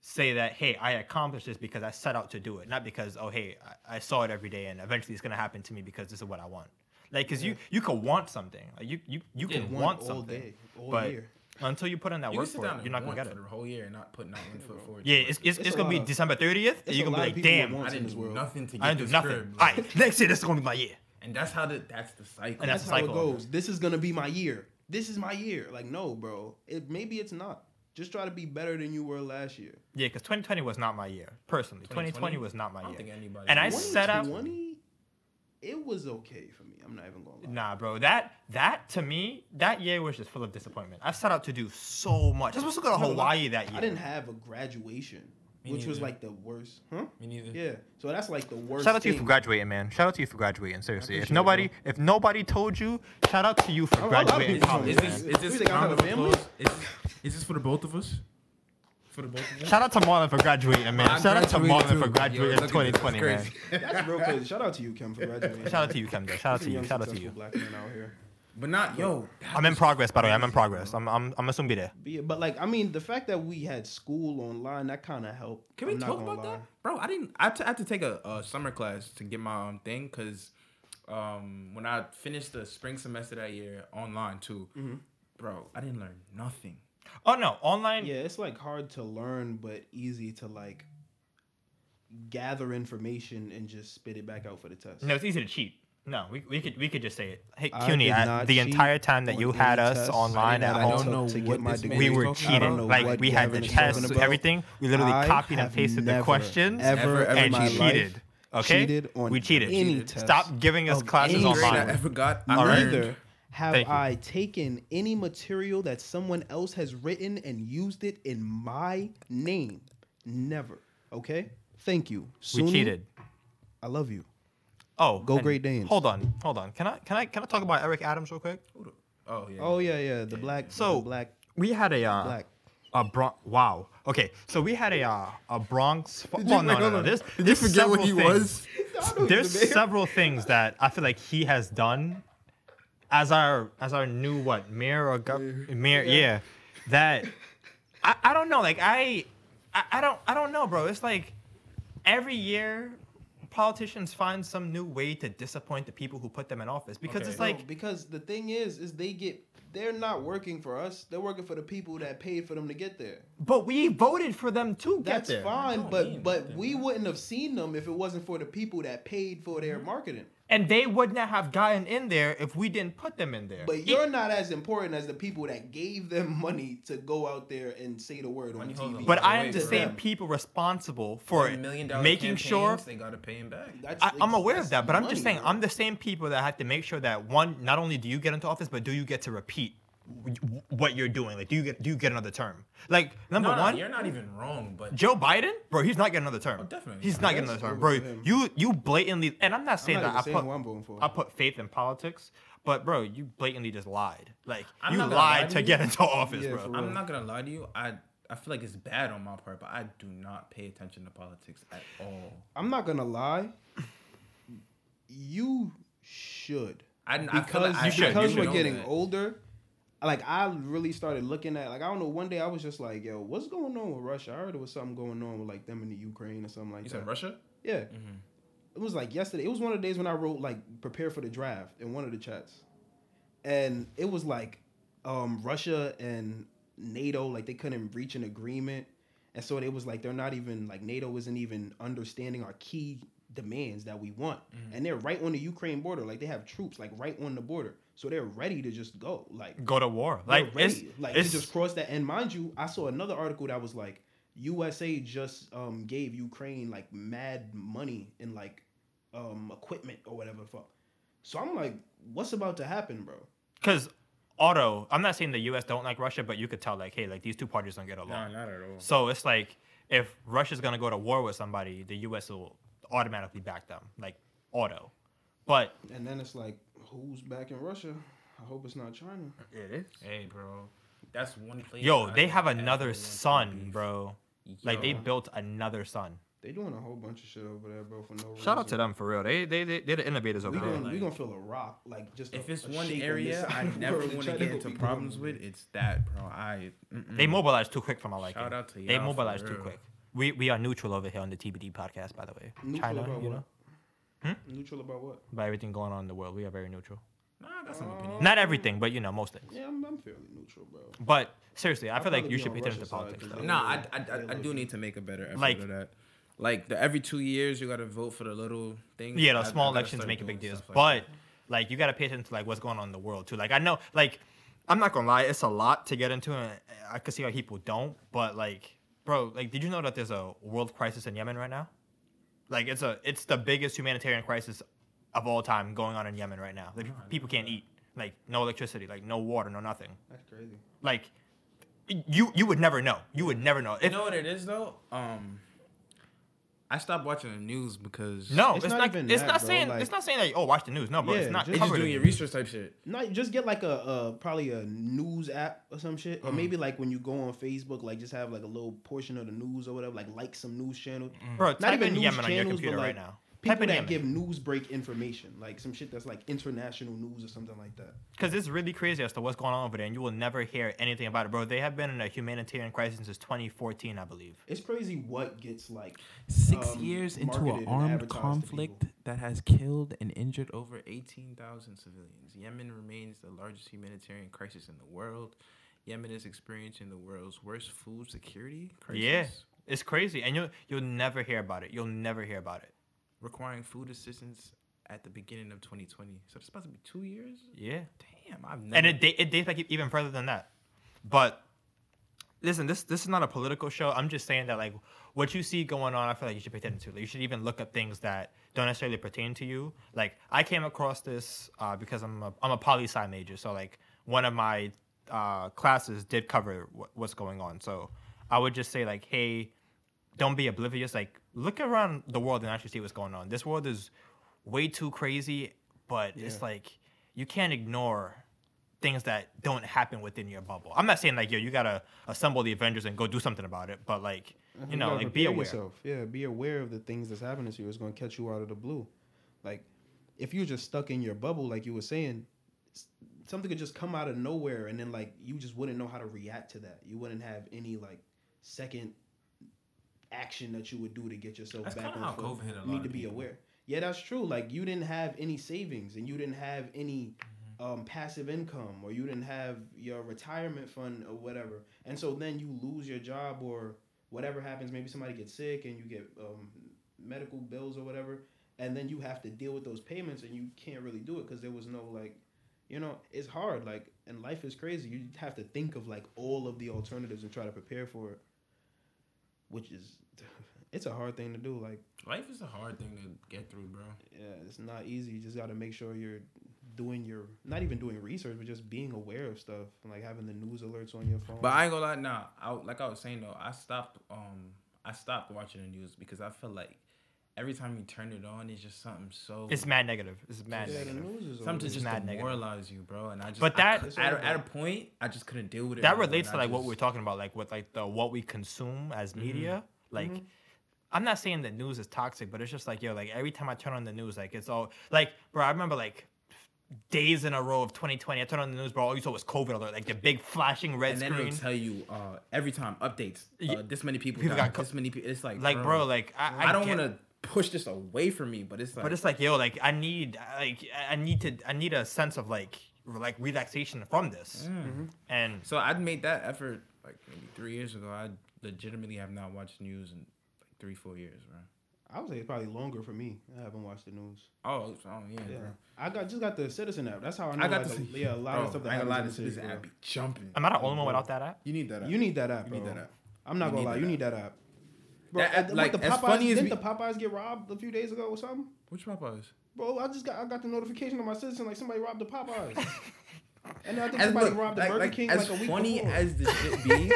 Speaker 2: say that hey i accomplished this because i set out to do it not because oh hey i, I saw it every day and eventually it's going to happen to me because this is what i want like because you you could want something like you you, you can
Speaker 1: want
Speaker 2: want
Speaker 1: all
Speaker 2: something
Speaker 1: day, all
Speaker 2: but
Speaker 1: year.
Speaker 2: until you put in that
Speaker 4: You can
Speaker 2: work
Speaker 4: sit
Speaker 2: for it
Speaker 4: down and
Speaker 2: you're not going to get
Speaker 4: want
Speaker 2: it
Speaker 4: for the whole year and not put not one foot forward.
Speaker 2: yeah it's it's, it's,
Speaker 1: a
Speaker 2: going to
Speaker 1: lot
Speaker 2: be
Speaker 1: of-
Speaker 2: december 30th and
Speaker 1: It's
Speaker 2: you're
Speaker 1: a
Speaker 2: going
Speaker 1: lot
Speaker 2: to
Speaker 1: of people that
Speaker 2: be like damn
Speaker 1: want
Speaker 2: i
Speaker 1: to.
Speaker 2: didn't,
Speaker 4: I didn't
Speaker 1: this
Speaker 4: do
Speaker 1: world.
Speaker 4: nothing to get
Speaker 2: I didn't do
Speaker 4: this
Speaker 2: nothing
Speaker 4: crib.
Speaker 2: all right next year this is going to be my year
Speaker 4: and that's how the that's the cycle.
Speaker 2: And
Speaker 1: That's
Speaker 2: that's the
Speaker 1: how it
Speaker 2: cycle of it.
Speaker 1: goes. This is gonna be my year. This is my year. Like, no, bro. It maybe it's not. Just try to be better than you were last year.
Speaker 2: yeah because 2020 was not my year personally 2020,
Speaker 4: 2020?
Speaker 2: was not my
Speaker 4: I don't
Speaker 2: year
Speaker 4: think anybody-
Speaker 2: and i set out
Speaker 1: 2020, it was okay for me. I'm not even gonna lie.
Speaker 2: Nah, bro. That that to me, that year was just full of disappointment. I set out to do so much. I was supposed to go to
Speaker 1: No, like,
Speaker 2: Hawaii that year.
Speaker 1: I didn't have a graduation, which was
Speaker 4: neither.
Speaker 1: like the worst. Huh?
Speaker 4: Me neither.
Speaker 1: Yeah. So that's like the worst.
Speaker 2: Shout out to you for
Speaker 1: thing.
Speaker 2: graduating, man. Shout out to you for graduating. Seriously, if
Speaker 1: appreciate it,
Speaker 2: nobody, if nobody told you, shout out to you for
Speaker 1: lot of
Speaker 2: graduating.
Speaker 1: people told me
Speaker 2: college.
Speaker 4: Is this
Speaker 1: You
Speaker 4: is this
Speaker 1: think I have
Speaker 4: round
Speaker 1: a
Speaker 4: of
Speaker 1: family?
Speaker 4: applause? Is, is this for the both of us? For the both of us.
Speaker 2: Shout out to Marlon for graduating, man.
Speaker 4: I
Speaker 2: Shout out to
Speaker 4: graduated
Speaker 2: Marlon for
Speaker 4: too.
Speaker 2: graduating
Speaker 4: Yo,
Speaker 2: in
Speaker 4: look at this. It's
Speaker 2: 2020, man.
Speaker 4: crazy.
Speaker 1: That's real crazy. Shout out to you, Kim, for graduating.
Speaker 2: Shout out to you, Kemda. Shout out
Speaker 1: He's a
Speaker 2: to you.
Speaker 1: young,
Speaker 2: Shout out to
Speaker 1: successful
Speaker 2: you.
Speaker 1: Black man out here.
Speaker 4: But not yo.
Speaker 2: I'm in progress, by the way. I'm in progress. I'm I'm I'm assuming be there.
Speaker 1: But, yeah, but like, I mean, the fact that we had school online that kind of helped.
Speaker 4: Can we
Speaker 1: I'm not
Speaker 4: talk
Speaker 1: gonna
Speaker 4: about
Speaker 1: lie.
Speaker 4: that, bro? I didn't. I t- I had to take a, a summer class to get my um thing because, um, when I finished the spring semester that year online too,
Speaker 1: Mm-hmm.
Speaker 4: bro, I didn't learn nothing.
Speaker 2: Oh no, online.
Speaker 1: Yeah, it's like hard to learn, but easy to like gather information and just spit it back out for the test.
Speaker 2: No, it's easy to cheat. No, we, we could we could just say it. Hey,
Speaker 1: I
Speaker 2: CUNY,
Speaker 1: did
Speaker 2: I-
Speaker 1: not
Speaker 2: the
Speaker 1: cheat
Speaker 2: entire time that
Speaker 1: on
Speaker 2: you
Speaker 1: any
Speaker 2: had us
Speaker 1: test.
Speaker 2: online
Speaker 1: I
Speaker 2: at
Speaker 1: did
Speaker 2: home,
Speaker 1: not know
Speaker 4: to
Speaker 1: what
Speaker 4: get my
Speaker 1: this man
Speaker 2: we
Speaker 1: is
Speaker 2: were
Speaker 1: talking- I don't
Speaker 2: cheating.
Speaker 1: know
Speaker 2: Like
Speaker 1: what
Speaker 2: we had the
Speaker 1: Gavin is talking
Speaker 2: tests,
Speaker 1: about.
Speaker 2: everything. We literally
Speaker 1: I
Speaker 2: copied and
Speaker 1: have
Speaker 2: pasted the
Speaker 1: never,
Speaker 2: questions
Speaker 1: ever, ever in
Speaker 2: and
Speaker 1: my
Speaker 2: she
Speaker 1: life
Speaker 2: cheated. Okay,
Speaker 1: cheated on
Speaker 2: we cheated.
Speaker 1: any test
Speaker 2: Stop giving us
Speaker 1: of
Speaker 2: classes
Speaker 1: any
Speaker 4: Grade I
Speaker 2: online.
Speaker 4: ever got. I learned.
Speaker 1: Neither have
Speaker 2: Thank you.
Speaker 1: I taken any material that someone else has written and used it in my name. Never. Okay. Thank you.
Speaker 2: We
Speaker 1: Suni,
Speaker 2: cheated.
Speaker 1: I love you.
Speaker 2: Oh,
Speaker 1: Go
Speaker 2: and-
Speaker 1: Great Danes.
Speaker 2: Hold on, hold on. Can I can I can I talk about Eric Adams real quick?
Speaker 4: Oh yeah.
Speaker 1: Oh yeah, yeah. The black.
Speaker 2: So
Speaker 1: the black.
Speaker 2: we had a uh,
Speaker 1: Black.
Speaker 2: a Bron- wow. Okay, so we had a uh, a Bronx. Well, no,
Speaker 4: wait,
Speaker 2: no,
Speaker 4: hold
Speaker 2: no.
Speaker 4: on.
Speaker 2: This,
Speaker 4: Did you
Speaker 2: there's
Speaker 4: forget what
Speaker 2: several
Speaker 4: he
Speaker 2: things-
Speaker 1: was
Speaker 2: There's
Speaker 1: the mayor.
Speaker 2: several things that I feel like he has done as our as our new what mayor or gov- mayor. Yeah, that I, I don't know. Like I, I I don't I don't know, bro. It's like every year politicians find some new way to disappoint the people who put them in office because
Speaker 4: Okay.
Speaker 2: it's
Speaker 1: No,
Speaker 2: like
Speaker 1: because the thing is, is they get They're not working for us. They're working for the people that paid for them to get there.
Speaker 2: But we voted for them to get
Speaker 1: That's
Speaker 2: there.
Speaker 1: fine,
Speaker 4: don't
Speaker 1: but
Speaker 4: mean
Speaker 1: but
Speaker 4: nothing,
Speaker 1: we wouldn't have seen them if it wasn't for the people that paid for
Speaker 2: Mm-hmm.
Speaker 1: their marketing.
Speaker 2: And they would not have gotten in there if we didn't put them in there.
Speaker 1: But you're not as important as the people that gave them money to go out there and say the word on
Speaker 4: Money holds a
Speaker 1: TV.
Speaker 2: But
Speaker 4: Wait,
Speaker 2: I am
Speaker 4: wait,
Speaker 2: the
Speaker 1: To
Speaker 4: for
Speaker 2: same
Speaker 1: them.
Speaker 2: people responsible for
Speaker 4: million dollar
Speaker 2: making sure.
Speaker 4: campaigns, they gotta pay him back.
Speaker 1: That's-
Speaker 2: I, I'm aware
Speaker 1: that's
Speaker 2: of that, but I'm
Speaker 1: money,
Speaker 2: just saying
Speaker 1: bro.
Speaker 2: I'm the same people that had to make sure that one, not only do you get into office, but do you get to repeat w- what you're doing? Like, do you get do you get another term? Like number
Speaker 4: No, no,
Speaker 2: one,
Speaker 4: you're not even wrong, but
Speaker 2: Joe Biden, bro, he's not getting another term.
Speaker 4: definitely
Speaker 2: he's not
Speaker 4: not.
Speaker 2: getting
Speaker 1: That's
Speaker 2: another term, bro.
Speaker 1: over him.
Speaker 2: You you blatantly, and I'm not saying
Speaker 1: not even
Speaker 2: that I
Speaker 1: saying
Speaker 2: put
Speaker 1: who I'm voting for.
Speaker 2: I put faith in politics, but bro, you blatantly just lied. Like
Speaker 4: I'm
Speaker 2: you lied
Speaker 4: not gonna lie
Speaker 2: to,
Speaker 4: to you.
Speaker 2: get into office,
Speaker 1: Yeah, for
Speaker 2: bro.
Speaker 1: real.
Speaker 4: I'm not gonna lie to you. I I feel like it's bad on my part, but I do not pay attention to politics at all.
Speaker 1: I'm not gonna lie. You should.
Speaker 4: I, I feel
Speaker 1: because
Speaker 4: like I
Speaker 2: you should,
Speaker 4: I
Speaker 1: because
Speaker 4: do
Speaker 2: you
Speaker 1: we're
Speaker 4: know
Speaker 1: getting
Speaker 4: that.
Speaker 1: older, like I really started looking at like I don't know. One day I was just like, "Yo, what's going on with Russia?" I heard there was something going on with like them in the Ukraine or something like
Speaker 4: You
Speaker 1: that.
Speaker 4: said Russia?
Speaker 1: Yeah, it was like yesterday. It was one of the days when I wrote like prepare for the draft in one of the chats, and it was like um, Russia and NATO like they couldn't reach an agreement, and so it was like they're not even like NATO isn't even understanding our key demands that we want, and they're right on the Ukraine border. Like they have troops like right on the border, so they're ready to just go. Like
Speaker 2: Go to war,
Speaker 1: they're
Speaker 2: like
Speaker 1: ready.
Speaker 2: it's
Speaker 1: like
Speaker 2: it's
Speaker 1: to just cross that. And mind you, I saw another article that was like USA just um, gave Ukraine like mad money and like um, equipment or whatever the fuck. So I'm like, what's about to happen, bro?
Speaker 2: because auto. I'm not saying the U.S. don't like Russia, but you could tell like, hey, like these two parties don't get
Speaker 4: No,
Speaker 2: along.
Speaker 4: not at all.
Speaker 2: So it's like if Russia's gonna go to war with somebody, the U.S. will automatically back them, like auto. But
Speaker 1: And then it's like, who's back in Russia? I hope it's not China.
Speaker 2: it is.
Speaker 4: Hey, bro, that's one place.
Speaker 2: Yo,
Speaker 4: I
Speaker 2: they have
Speaker 4: don't
Speaker 2: another
Speaker 4: ever want to
Speaker 2: son,
Speaker 4: be.
Speaker 2: bro. Like they
Speaker 4: Yo.
Speaker 2: built another son.
Speaker 1: They doing a whole bunch of shit over there, bro, for no reason.
Speaker 2: Shout out to them for real. They they they they're the innovators
Speaker 1: We
Speaker 2: over
Speaker 1: gonna,
Speaker 2: there.
Speaker 1: we
Speaker 4: like-
Speaker 1: gonna feel a rock, like just
Speaker 4: If
Speaker 1: a-
Speaker 4: it's
Speaker 1: a
Speaker 4: one
Speaker 1: shake on
Speaker 4: area
Speaker 1: this
Speaker 4: I
Speaker 1: side,
Speaker 4: never
Speaker 1: bro.
Speaker 4: want to
Speaker 1: China
Speaker 4: get
Speaker 1: gonna
Speaker 4: into
Speaker 1: be
Speaker 4: problems
Speaker 1: going-
Speaker 4: with, it's that, bro. I mm-mm.
Speaker 2: They mobilized too quick for my liking.
Speaker 4: Shout out to
Speaker 2: They
Speaker 4: y'all for
Speaker 2: mobilized too
Speaker 4: real.
Speaker 2: quick. We we are neutral over here on the TBD podcast, by the way.
Speaker 1: Neutral
Speaker 2: China,
Speaker 1: about
Speaker 2: you
Speaker 1: what?
Speaker 2: know,
Speaker 4: Hmm?
Speaker 1: Neutral about what?
Speaker 2: by everything going on in the world, we are very neutral.
Speaker 4: nah, I got some opinion.
Speaker 2: Not everything, but you know most things.
Speaker 1: Yeah, I'm, I'm fairly neutral, bro.
Speaker 2: But seriously, I
Speaker 1: I'd
Speaker 2: feel like
Speaker 1: probably
Speaker 2: you
Speaker 1: be
Speaker 2: should
Speaker 1: on
Speaker 2: pay attention to
Speaker 1: Russia's side,
Speaker 2: politics.
Speaker 1: 'cause
Speaker 2: Though.
Speaker 1: they-
Speaker 4: No, I, I, I, I do need to make a better effort
Speaker 2: Like-
Speaker 4: like, that. Like the every two years, you gotta vote for the little things.
Speaker 2: Yeah,
Speaker 4: I-
Speaker 2: the
Speaker 4: I
Speaker 2: small
Speaker 4: gotta
Speaker 2: elections
Speaker 4: start
Speaker 2: make a
Speaker 4: doing
Speaker 2: big deal,
Speaker 4: stuff like
Speaker 2: but like you gotta pay attention to like what's going on in the world too. Like I know, like I'm not gonna lie, it's a lot to get into, and I could see how people don't. But like, bro, like did you know that there's a world crisis in Yemen right now? Like it's a it's the biggest humanitarian crisis of all time going on in Yemen right now. Like people can't eat, like no electricity, like no water, no nothing.
Speaker 1: That's crazy.
Speaker 2: Like you you would never know. You would never know. If,
Speaker 4: You know what it is though? Um, I stopped watching the news because
Speaker 2: no,
Speaker 1: It's
Speaker 2: it's,
Speaker 1: not
Speaker 2: not.
Speaker 1: even
Speaker 2: it's
Speaker 1: that,
Speaker 2: not
Speaker 1: bro,
Speaker 2: saying.
Speaker 1: like-
Speaker 2: it's not saying that. Oh, watch the news. No, bro.
Speaker 1: Yeah,
Speaker 2: it's not
Speaker 1: just-
Speaker 4: It's just
Speaker 2: covered.
Speaker 4: doing
Speaker 2: in-
Speaker 4: your research type shit.
Speaker 1: No, you just get like a uh, probably a news app or some shit, or maybe like when you go on Facebook, like just have like a little portion of the news or whatever, like like some news channel.
Speaker 2: Bro, type in Yemen on your computer right now.
Speaker 1: People
Speaker 2: Type in
Speaker 1: that
Speaker 2: Yemen.
Speaker 1: give news break information, like some shit that's like international news or something like that.
Speaker 2: Because it's really crazy as to what's going on over there, and you will never hear anything about it, bro. They have been in a humanitarian crisis since 2014, I believe.
Speaker 1: It's crazy what gets like
Speaker 4: Six
Speaker 1: um,
Speaker 4: years into
Speaker 1: marketed
Speaker 4: an
Speaker 1: and
Speaker 4: armed
Speaker 1: advertised to
Speaker 4: conflict
Speaker 1: people.
Speaker 4: that has killed and injured over 18,000 civilians. Yemen remains the largest humanitarian crisis in the world. Yemen is experiencing the world's worst food security crisis,
Speaker 2: Yeah, it's crazy, and you'll you'll never hear about it. You'll never hear about it.
Speaker 4: requiring food assistance at the beginning of 2020. So it's supposed to be two years?
Speaker 2: Yeah,
Speaker 4: Damn, I've never.
Speaker 2: and it da- it dates back e, even further than that. But listen, this this is not a political show. I'm just saying that like what you see going on, I feel like you should pay attention to. Like, you should even look up things that don't necessarily pertain to you. Like I came across this uh, because I'm a, I'm a poli sci major, so like one of my uh, classes did cover wh- what's going on. So I would just say like, hey, don't be oblivious. Like look around the world and actually see what's going on. This world is way too crazy, but it's like you can't ignore things that don't happen within your bubble. I'm not saying like yo, you gotta assemble the Avengers and go do something about it, but like you know,
Speaker 1: Uh-huh. gotta
Speaker 2: like be
Speaker 1: prepare
Speaker 2: aware.
Speaker 1: Yeah, be aware of the things that's happening to you. It's gonna catch you out of the blue. Like, if you're just stuck in your bubble, like you were saying, s- something could just come out of nowhere, and then like you just wouldn't know how to react to that. You wouldn't have any like second action that you would do to get yourself
Speaker 4: That's
Speaker 1: back
Speaker 4: kinda
Speaker 1: on
Speaker 4: how
Speaker 1: foot.
Speaker 4: COVID hit
Speaker 1: you
Speaker 4: a lot
Speaker 1: need
Speaker 4: of
Speaker 1: to be
Speaker 4: people.
Speaker 1: aware. Yeah, that's true. Like you didn't have any savings, and you didn't have any
Speaker 4: Mm-hmm.
Speaker 1: um, passive income or you didn't have your retirement fund or whatever. And so then you lose your job or whatever happens. Maybe somebody gets sick and you get um, medical bills or whatever. And then you have to deal with those payments and you can't really do it because there was no like, you know, it's hard. Like, and life is crazy. You have to think of like all of the alternatives and try to prepare for it, which is, it's a hard thing to do. Like,
Speaker 4: Life is a hard thing to get through, bro.
Speaker 1: yeah, it's not easy. You just got to make sure you're doing your not even doing research, but just being aware of stuff and like having the news alerts on your phone.
Speaker 4: But I ain't gonna lie, nah. I, like I was saying though, I stopped. Um, I stopped watching the news because I feel like every time you turn it on, it's just something so.
Speaker 2: It's mad negative. It's mad
Speaker 1: yeah, the
Speaker 2: negative.
Speaker 1: news is
Speaker 4: something
Speaker 1: always-
Speaker 2: it's
Speaker 4: just
Speaker 2: mad negative.
Speaker 4: demoralize you, bro. And I just.
Speaker 2: But that-
Speaker 4: I, cou- at, a- at a point, I just couldn't deal with it.
Speaker 2: That
Speaker 4: bro,
Speaker 2: relates
Speaker 4: and
Speaker 2: to
Speaker 4: I
Speaker 2: like what
Speaker 4: just- Mm-hmm.
Speaker 2: we're talking about, like with like the what we consume as media. Like, I'm not saying that news is toxic, but it's just like yo, like every time I turn on the news, like it's all like, bro. I remember like days in a row of 2020. I turned on the news, bro. All you saw was COVID alert, like the big flashing red
Speaker 4: And then
Speaker 2: screen.
Speaker 4: it'll tell you uh, every time updates.
Speaker 2: Yeah.
Speaker 4: Uh, this many people,
Speaker 2: People
Speaker 4: died,
Speaker 2: got co-
Speaker 4: this many people. It's like
Speaker 2: like, bro, like I,
Speaker 4: I, don't
Speaker 2: get-
Speaker 4: want to push this away from me, but it's like
Speaker 2: But it's like yo, like I need, like I I need to, I need a sense of like, re- like relaxation from this.
Speaker 4: Mm.
Speaker 2: And
Speaker 4: hmm. So I'd made that effort like maybe three years ago. I legitimately have not watched news in like three, four years, bro.
Speaker 1: I would say it's probably longer for me. I haven't watched the news.
Speaker 4: Oh, so, oh, yeah,
Speaker 1: Yeah,
Speaker 4: bro.
Speaker 1: I got just got the Citizen app. That's how I know.
Speaker 4: I got
Speaker 1: like,
Speaker 4: this.
Speaker 1: a, yeah, a lot of stuff that
Speaker 4: I got a lot of
Speaker 1: happens in the
Speaker 4: this
Speaker 1: city,
Speaker 4: app be jumping.
Speaker 2: am I the only one without that app?
Speaker 3: You need that.
Speaker 1: bro.
Speaker 3: app.
Speaker 1: You need that app.
Speaker 3: You need
Speaker 1: bro.
Speaker 3: that app.
Speaker 1: I'm not
Speaker 4: You
Speaker 1: gonna
Speaker 4: need
Speaker 1: lie.
Speaker 4: that
Speaker 1: You
Speaker 4: app.
Speaker 1: need that app. Bro,
Speaker 4: That-
Speaker 1: at- with
Speaker 4: like,
Speaker 1: the
Speaker 4: as
Speaker 1: Popeyes,
Speaker 4: funny as
Speaker 1: didn't
Speaker 4: we-
Speaker 1: the Popeyes get robbed a few days ago or something?
Speaker 4: Which Popeyes?
Speaker 1: Bro, I just got I got the notification on my Citizen like somebody robbed the Popeyes, and I think
Speaker 4: As,
Speaker 1: somebody
Speaker 4: look,
Speaker 1: robbed the
Speaker 4: like,
Speaker 1: Burger
Speaker 4: like,
Speaker 1: King
Speaker 4: as
Speaker 1: like a week
Speaker 4: funny
Speaker 1: before.
Speaker 4: as this shit be,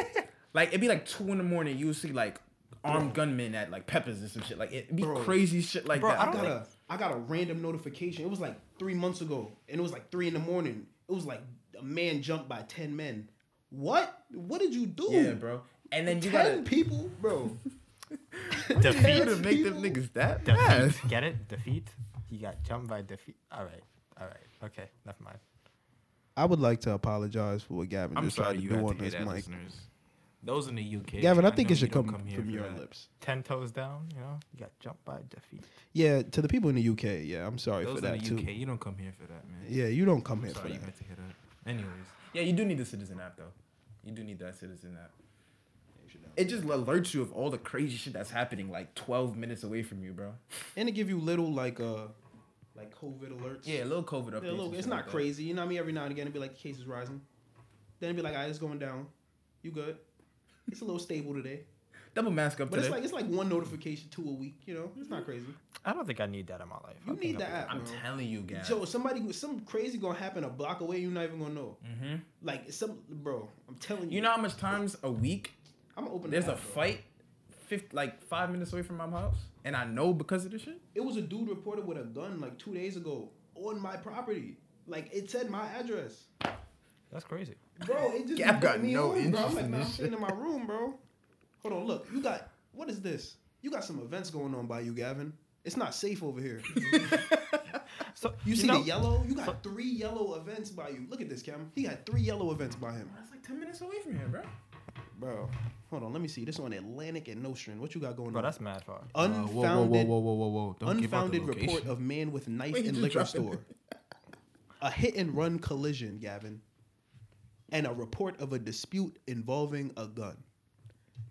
Speaker 4: like it'd be like two in the morning. You would see like armed gunmen at like Peppers and some shit. Like it'd be
Speaker 1: Bro.
Speaker 4: crazy shit like
Speaker 2: Bro,
Speaker 4: that.
Speaker 2: I don't
Speaker 1: got
Speaker 4: Like,
Speaker 1: a I got a random notification. It was like three months ago, and it was like three in the morning. It was like a man jumped by ten men. What? What did you do?
Speaker 4: yeah, bro. And then you
Speaker 1: 10
Speaker 4: gotta
Speaker 1: people, bro.
Speaker 2: Defeat.
Speaker 4: to make them niggas that
Speaker 2: Defeat.
Speaker 4: bad.
Speaker 2: Get it? Defeat. He got jumped by defeat. All right. All right. Okay. Never mind.
Speaker 1: I would like to apologize for what Gavin
Speaker 4: I'm
Speaker 1: just
Speaker 4: sorry
Speaker 1: tried to
Speaker 4: you
Speaker 1: do
Speaker 4: had
Speaker 1: on
Speaker 4: to hear
Speaker 1: this
Speaker 4: that,
Speaker 1: mic.
Speaker 4: listeners. Those in the UK.
Speaker 1: Gavin, I think
Speaker 4: know
Speaker 1: it should
Speaker 4: you don't
Speaker 1: come,
Speaker 4: here
Speaker 1: from
Speaker 4: for
Speaker 1: your
Speaker 4: that.
Speaker 1: lips.
Speaker 2: Ten toes down. You know, you got jumped by defeat.
Speaker 1: Yeah, to the people in the UK. Yeah, I'm sorry
Speaker 4: Those
Speaker 1: for
Speaker 4: in
Speaker 1: that
Speaker 4: the
Speaker 1: too.
Speaker 4: UK, you don't come here for that, man.
Speaker 1: Yeah, you don't come here for
Speaker 4: Sorry, you
Speaker 1: that.
Speaker 4: meant to hit that. Anyways, yeah, you do need the citizen app though. You do need that citizen app. It just alerts you of all the crazy shit that's happening like 12 minutes away from you, bro.
Speaker 1: And it give you little like uh like COVID alerts.
Speaker 4: Yeah, a little COVID updates.
Speaker 1: Yeah, look,
Speaker 4: and
Speaker 1: it's
Speaker 4: shit
Speaker 1: not
Speaker 4: like that.
Speaker 1: crazy. You know what I mean? Every now and again, it'd be like cases rising. Then it'd be like, all right, it's going down. You good? It's a little stable today,
Speaker 4: Double mask up
Speaker 1: but
Speaker 4: today. Mm-hmm.
Speaker 1: it's like it's like one notification two a week. You know, it's not crazy.
Speaker 2: I don't think I need that in my life. I
Speaker 1: You
Speaker 2: think
Speaker 1: need the
Speaker 2: I'll be-
Speaker 1: app,
Speaker 4: I'm
Speaker 1: bro.
Speaker 4: telling you, guys.
Speaker 1: So somebody, some crazy gonna happen a block away. You're not even gonna know. Mm-hmm. Like some, bro. I'm telling you.
Speaker 4: you know how much times a week
Speaker 1: I'm gonna open. the
Speaker 4: there's a
Speaker 1: app, bro.
Speaker 4: fight, fifth, like five minutes away from my house, and I know because of this shit?
Speaker 1: It was a dude reported with a gun like two days ago on my property. Like it said my address,
Speaker 2: That's crazy.
Speaker 1: bro. It just
Speaker 4: Gav
Speaker 1: put
Speaker 4: got
Speaker 1: me
Speaker 4: no
Speaker 1: on, bro. I'm
Speaker 4: interest
Speaker 1: like,
Speaker 4: in
Speaker 1: man, I'm
Speaker 4: this
Speaker 1: sitting in my room, bro. Hold on, look. You got what is this? You got some events going on by you, Gavin. It's not safe over here.
Speaker 2: So
Speaker 1: You see
Speaker 2: know,
Speaker 1: the yellow? You got three yellow events by you. Look at this, Cam. He got three yellow events by him,
Speaker 4: That's like 10 minutes away from here, bro.
Speaker 1: bro. Hold on, let me see. This on Atlantic and Nostrand. What you got going
Speaker 2: Bro,
Speaker 1: on?
Speaker 2: that's mad far.
Speaker 1: unfounded,
Speaker 4: uh, whoa, whoa, whoa.
Speaker 1: unfounded report of man with knife
Speaker 4: Wait, he
Speaker 1: in
Speaker 4: just
Speaker 1: liquor
Speaker 4: dropped it.
Speaker 1: store. a hit and run collision, Gavin, and a report of a dispute involving a gun.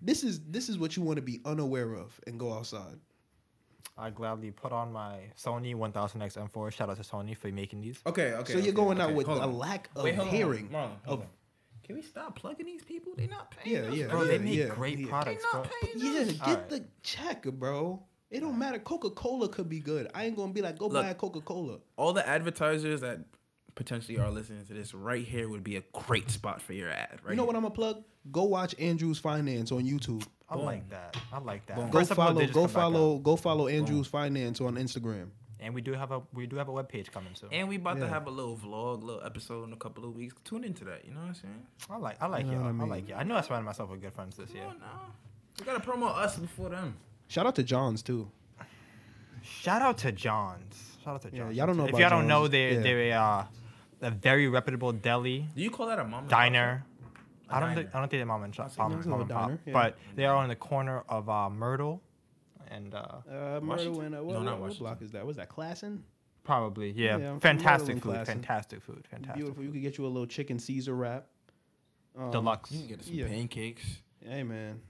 Speaker 1: This is this is what you want to be unaware of and go outside.
Speaker 2: I gladly put on my Sony 1000X M4. Shout out to Sony for making these.
Speaker 4: Okay, okay.
Speaker 1: so you're
Speaker 4: okay,
Speaker 1: going out
Speaker 4: okay,
Speaker 1: with
Speaker 4: hold
Speaker 1: a
Speaker 4: on.
Speaker 1: lack of
Speaker 4: Wait, hold on,
Speaker 1: hearing.
Speaker 4: Marlon, hold
Speaker 1: of-
Speaker 4: on. Can we stop plugging these people? They're not paying.
Speaker 1: Yeah,
Speaker 4: us.
Speaker 1: yeah.
Speaker 2: Bro, they make
Speaker 1: yeah,
Speaker 2: great
Speaker 1: yeah.
Speaker 2: products,
Speaker 4: They
Speaker 2: bro.
Speaker 4: not paying
Speaker 1: Yeah,
Speaker 4: us.
Speaker 1: get
Speaker 2: Alright.
Speaker 1: the check, bro. It don't matter. Coca Cola could be good. I ain't gonna be like, go buy a Coca Cola.
Speaker 4: All the advertisers that potentially are listening to this right here would be a great spot for your ad. Right.
Speaker 1: You know what I'm gonna plug? Go watch Andrew's Finance on YouTube.
Speaker 2: I like that. I like that.
Speaker 1: Go
Speaker 2: First upload,
Speaker 1: follow,
Speaker 2: they just
Speaker 1: go
Speaker 2: come back out.
Speaker 1: follow, go follow Andrew's Finance on Instagram.
Speaker 2: And we do have a we do have a webpage coming soon.
Speaker 4: And we about
Speaker 1: Yeah.
Speaker 4: to have a little vlog, little episode in a couple of weeks. Tune into that. You know what I'm saying?
Speaker 2: I like I like
Speaker 1: know
Speaker 2: y'all.
Speaker 1: what
Speaker 2: I,
Speaker 1: I mean?
Speaker 2: like y'all. I know I surrounded myself with good friends this year.
Speaker 4: Oh no, we gotta promote us before them.
Speaker 1: Shout out to Johns too.
Speaker 2: Shout out to John's. Shout out to
Speaker 1: Yeah,
Speaker 2: John's.
Speaker 1: y'all don't know
Speaker 2: If
Speaker 1: about
Speaker 2: y'all don't know,
Speaker 1: John's,
Speaker 2: they
Speaker 1: yeah.
Speaker 2: they're uh, a very reputable deli
Speaker 4: Do you call that a mom and pop
Speaker 2: diner. I don't
Speaker 4: diner.
Speaker 2: think I don't think they're mom and shop, mom,
Speaker 1: it's
Speaker 2: mom
Speaker 1: not
Speaker 2: and
Speaker 1: a
Speaker 2: pop,
Speaker 1: diner, yeah.
Speaker 2: but they are on the corner of uh, Myrtle and uh,
Speaker 1: Uh, Myrtle
Speaker 4: Washington?
Speaker 1: and uh,
Speaker 4: No,
Speaker 1: what,
Speaker 4: not
Speaker 1: what- what
Speaker 4: Washington.
Speaker 1: block is that? Was that Classen?
Speaker 2: Probably, yeah.
Speaker 1: Yeah, I'm
Speaker 2: fantastic,
Speaker 1: modeling
Speaker 2: food,
Speaker 1: class.
Speaker 2: fantastic food, fantastic
Speaker 1: Beautiful. You could get you a little chicken Caesar wrap. Um,
Speaker 2: Deluxe.
Speaker 8: You can get us some
Speaker 1: Yeah.
Speaker 8: pancakes.
Speaker 1: Hey man.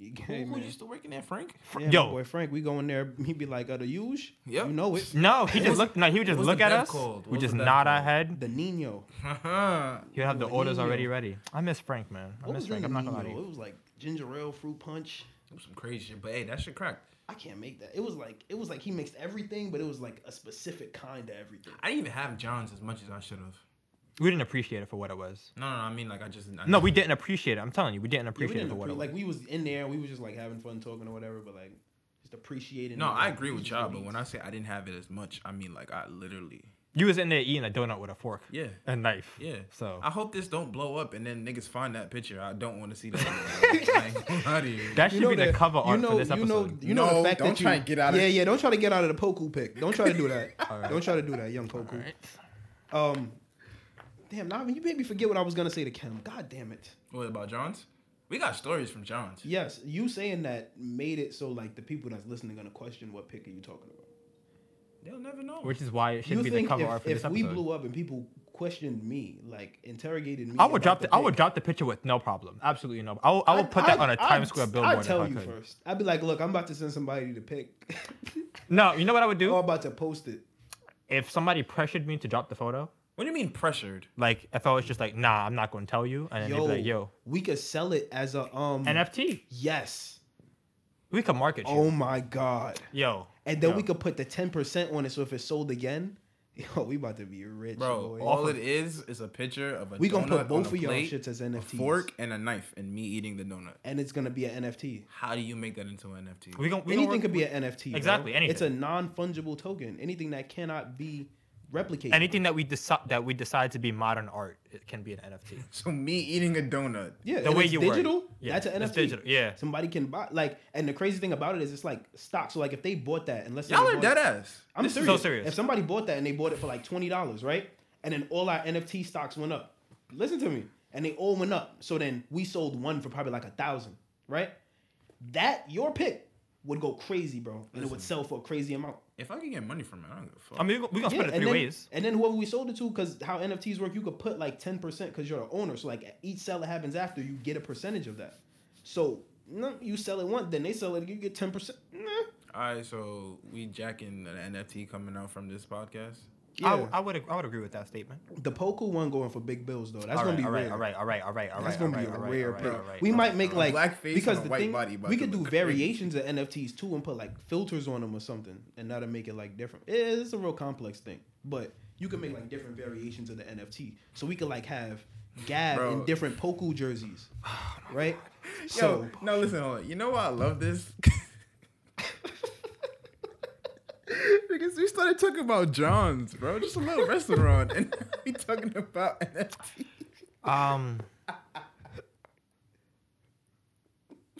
Speaker 1: Hey,
Speaker 8: Who, who
Speaker 1: man.
Speaker 8: used to work in there, Frank?
Speaker 1: Yeah,
Speaker 2: Yo.
Speaker 1: my boy Frank, we go in there. He be like, "Uh, the huge,
Speaker 8: Yep.
Speaker 1: you know it,
Speaker 2: No, he just looked. No, he would just
Speaker 4: what's
Speaker 2: look
Speaker 4: the
Speaker 2: at
Speaker 4: bev
Speaker 2: us.
Speaker 4: called?
Speaker 2: We
Speaker 4: What's
Speaker 2: just
Speaker 4: the bev
Speaker 2: nod our
Speaker 4: called?
Speaker 2: head.
Speaker 1: the Nino."
Speaker 4: Uh-huh.
Speaker 2: He would have the
Speaker 1: Ooh,
Speaker 2: orders
Speaker 1: Nino.
Speaker 2: already ready. I miss Frank, man. I
Speaker 1: What
Speaker 2: miss
Speaker 1: was
Speaker 2: Frank.
Speaker 1: drinking
Speaker 2: I'm
Speaker 1: Nino?
Speaker 2: not gonna lie to you.
Speaker 1: It was like ginger ale, fruit punch.
Speaker 4: It was some crazy shit, but hey, that shit cracked.
Speaker 1: I can't make that. It was like it was like he mixed everything, but it was like a specific kind of everything.
Speaker 4: I didn't even have Johns as much as I should have.
Speaker 2: We didn't appreciate it for what it was.
Speaker 4: No, no, no, I mean like I just I
Speaker 2: No, we didn't appreciate it. I'm telling you, we didn't
Speaker 1: Yeah, we
Speaker 2: appreciate
Speaker 1: didn't
Speaker 2: it for what
Speaker 1: appre-
Speaker 2: it was.
Speaker 1: like we was in there. We was just like having fun talking or whatever, but like just appreciating.
Speaker 4: No,
Speaker 1: it,
Speaker 4: I
Speaker 1: like,
Speaker 4: agree with
Speaker 1: just
Speaker 4: y'all,
Speaker 1: what
Speaker 4: but
Speaker 1: it
Speaker 4: when
Speaker 1: is.
Speaker 4: I say I didn't have it as much, I mean like I literally.
Speaker 2: You was in there eating a donut with a fork.
Speaker 4: Yeah.
Speaker 2: A knife.
Speaker 4: Yeah.
Speaker 2: So
Speaker 4: I hope this don't blow up and then niggas find that picture. I don't want to see that. I ain't gonna lie to you.
Speaker 2: that should be the
Speaker 1: that-
Speaker 2: cover
Speaker 1: you
Speaker 2: art
Speaker 1: know,
Speaker 2: for this
Speaker 1: you know,
Speaker 2: episode.
Speaker 1: you know
Speaker 3: No,
Speaker 1: the fact
Speaker 3: don't
Speaker 1: that you
Speaker 3: try and get out of-
Speaker 1: yeah, yeah. Don't try to get out of the Poku pick. Don't try to do that. Don't try to do that, young Poku. Um, damn, Navin, you made me forget what I was gonna say to Kim. God damn it.
Speaker 4: What about Johns? We got stories from Johns.
Speaker 1: Yes, you saying that made it so like the people that's listening gonna question what pick are you talking about.
Speaker 4: They'll never know.
Speaker 2: Which is why it should
Speaker 1: you
Speaker 2: be the
Speaker 1: think
Speaker 2: cover
Speaker 1: if,
Speaker 2: art for
Speaker 1: if
Speaker 2: this episode.
Speaker 1: we blew up and people questioned me, like interrogated me,
Speaker 2: I
Speaker 1: about
Speaker 2: would drop the, I would
Speaker 1: pick,
Speaker 2: drop the picture with no problem. Absolutely no. I will, I will
Speaker 1: I'd-
Speaker 2: put that
Speaker 1: I'd-
Speaker 2: on a
Speaker 1: I'd-
Speaker 2: Times Square billboard.
Speaker 1: I'd tell
Speaker 2: if I
Speaker 1: you
Speaker 2: could.
Speaker 1: first. I'd be like, look, I'm about to send somebody to pick.
Speaker 2: No, you know what I would do?
Speaker 1: I'm about to post it.
Speaker 2: if somebody pressured me to drop the photo,
Speaker 4: What do you mean pressured?
Speaker 2: like if I was just like, nah, I'm not going to tell you, and then
Speaker 1: Yo,
Speaker 2: they'd be like, yo,
Speaker 1: we could sell it as a um
Speaker 2: NFT,
Speaker 1: yes.
Speaker 2: we could market you.
Speaker 1: Oh my god.
Speaker 2: yo,
Speaker 1: And then
Speaker 2: yo.
Speaker 1: we could put the ten percent on it, so if it's sold again, yo, we about to be rich,
Speaker 4: Bro,
Speaker 1: boy.
Speaker 4: all it is is a picture of a
Speaker 1: We gonna
Speaker 4: donut
Speaker 1: put both
Speaker 4: on a
Speaker 1: of y'all
Speaker 4: plate,
Speaker 1: shits as
Speaker 4: a
Speaker 1: NFTs.
Speaker 4: fork and a knife, and me eating the donut.
Speaker 1: and it's gonna be an NFT.
Speaker 4: How do you make that into an NFT?
Speaker 2: we gon' we gon'
Speaker 1: anything
Speaker 2: work-
Speaker 1: could be an NFT. bro.
Speaker 2: Exactly, anything.
Speaker 1: It's a non fungible token. Anything that cannot be replicated.
Speaker 2: anything that we decide that we decide to be modern art. It can be an NFT.
Speaker 4: so me eating a donut.
Speaker 1: yeah,
Speaker 2: the
Speaker 1: and
Speaker 2: way
Speaker 1: it's
Speaker 2: you word it.
Speaker 1: digital.
Speaker 2: Yeah,
Speaker 1: that's an
Speaker 2: it's
Speaker 1: NFT.
Speaker 2: digital, yeah.
Speaker 1: somebody can buy like. And the crazy thing about it is, it's like stock. So like, if they bought that, and let's say
Speaker 4: Y'all
Speaker 1: they
Speaker 4: are
Speaker 1: bought-
Speaker 4: dead ass.
Speaker 1: I'm
Speaker 2: This is
Speaker 1: serious.
Speaker 2: so serious.
Speaker 1: If somebody bought that and they bought it for like twenty dollars, right? And then all our NFT stocks went up. Listen to me. And they all went up. So then we sold one for probably like a thousand, right? That your pick would go crazy, bro, and it would sell for a crazy amount.
Speaker 4: If I can get money from it, I don't give a fuck.
Speaker 2: I mean, we gon- we gonna
Speaker 1: Yeah,
Speaker 2: split it three
Speaker 1: and then,
Speaker 2: ways.
Speaker 1: And then whoever we sold it to, because how NFTs work, you could put like ten percent because you're the owner. So like each sale that happens after, you get a percentage of that. So no, you sell it once, then they sell it, you get ten percent.
Speaker 4: all right, so we jacking an NFT coming out from this podcast.
Speaker 1: Yeah,
Speaker 2: I, I would ag- I would agree with that statement.
Speaker 1: the Poku one going for big bills though. That's
Speaker 2: all
Speaker 1: gonna
Speaker 2: right,
Speaker 1: be
Speaker 2: all right,
Speaker 1: rare.
Speaker 2: all right, all right, all right, all right.
Speaker 1: That's
Speaker 2: all
Speaker 1: gonna
Speaker 2: right,
Speaker 1: be a
Speaker 2: all right,
Speaker 1: rare
Speaker 2: all right,
Speaker 1: pick.
Speaker 2: all right,
Speaker 1: we
Speaker 2: all
Speaker 1: might
Speaker 2: right,
Speaker 1: make
Speaker 2: all
Speaker 1: like
Speaker 2: right.
Speaker 4: Black face
Speaker 1: because
Speaker 4: on a
Speaker 1: the
Speaker 4: white
Speaker 1: thing
Speaker 4: body about
Speaker 1: we
Speaker 4: to
Speaker 1: could do
Speaker 4: look crazy.
Speaker 1: variations of NFTs too and put like filters on them or something, and that'll make it like different. Yeah, it's a real complex thing, but you can make like different variations of the NFT. So we could like have Gab
Speaker 4: Bro. Oh
Speaker 1: in different Poku jerseys, right? So
Speaker 4: Yo, no, listen, hold on. You know why I love this? because we started talking about John's, bro. Just a little restaurant. And we talking about NFT.
Speaker 2: um.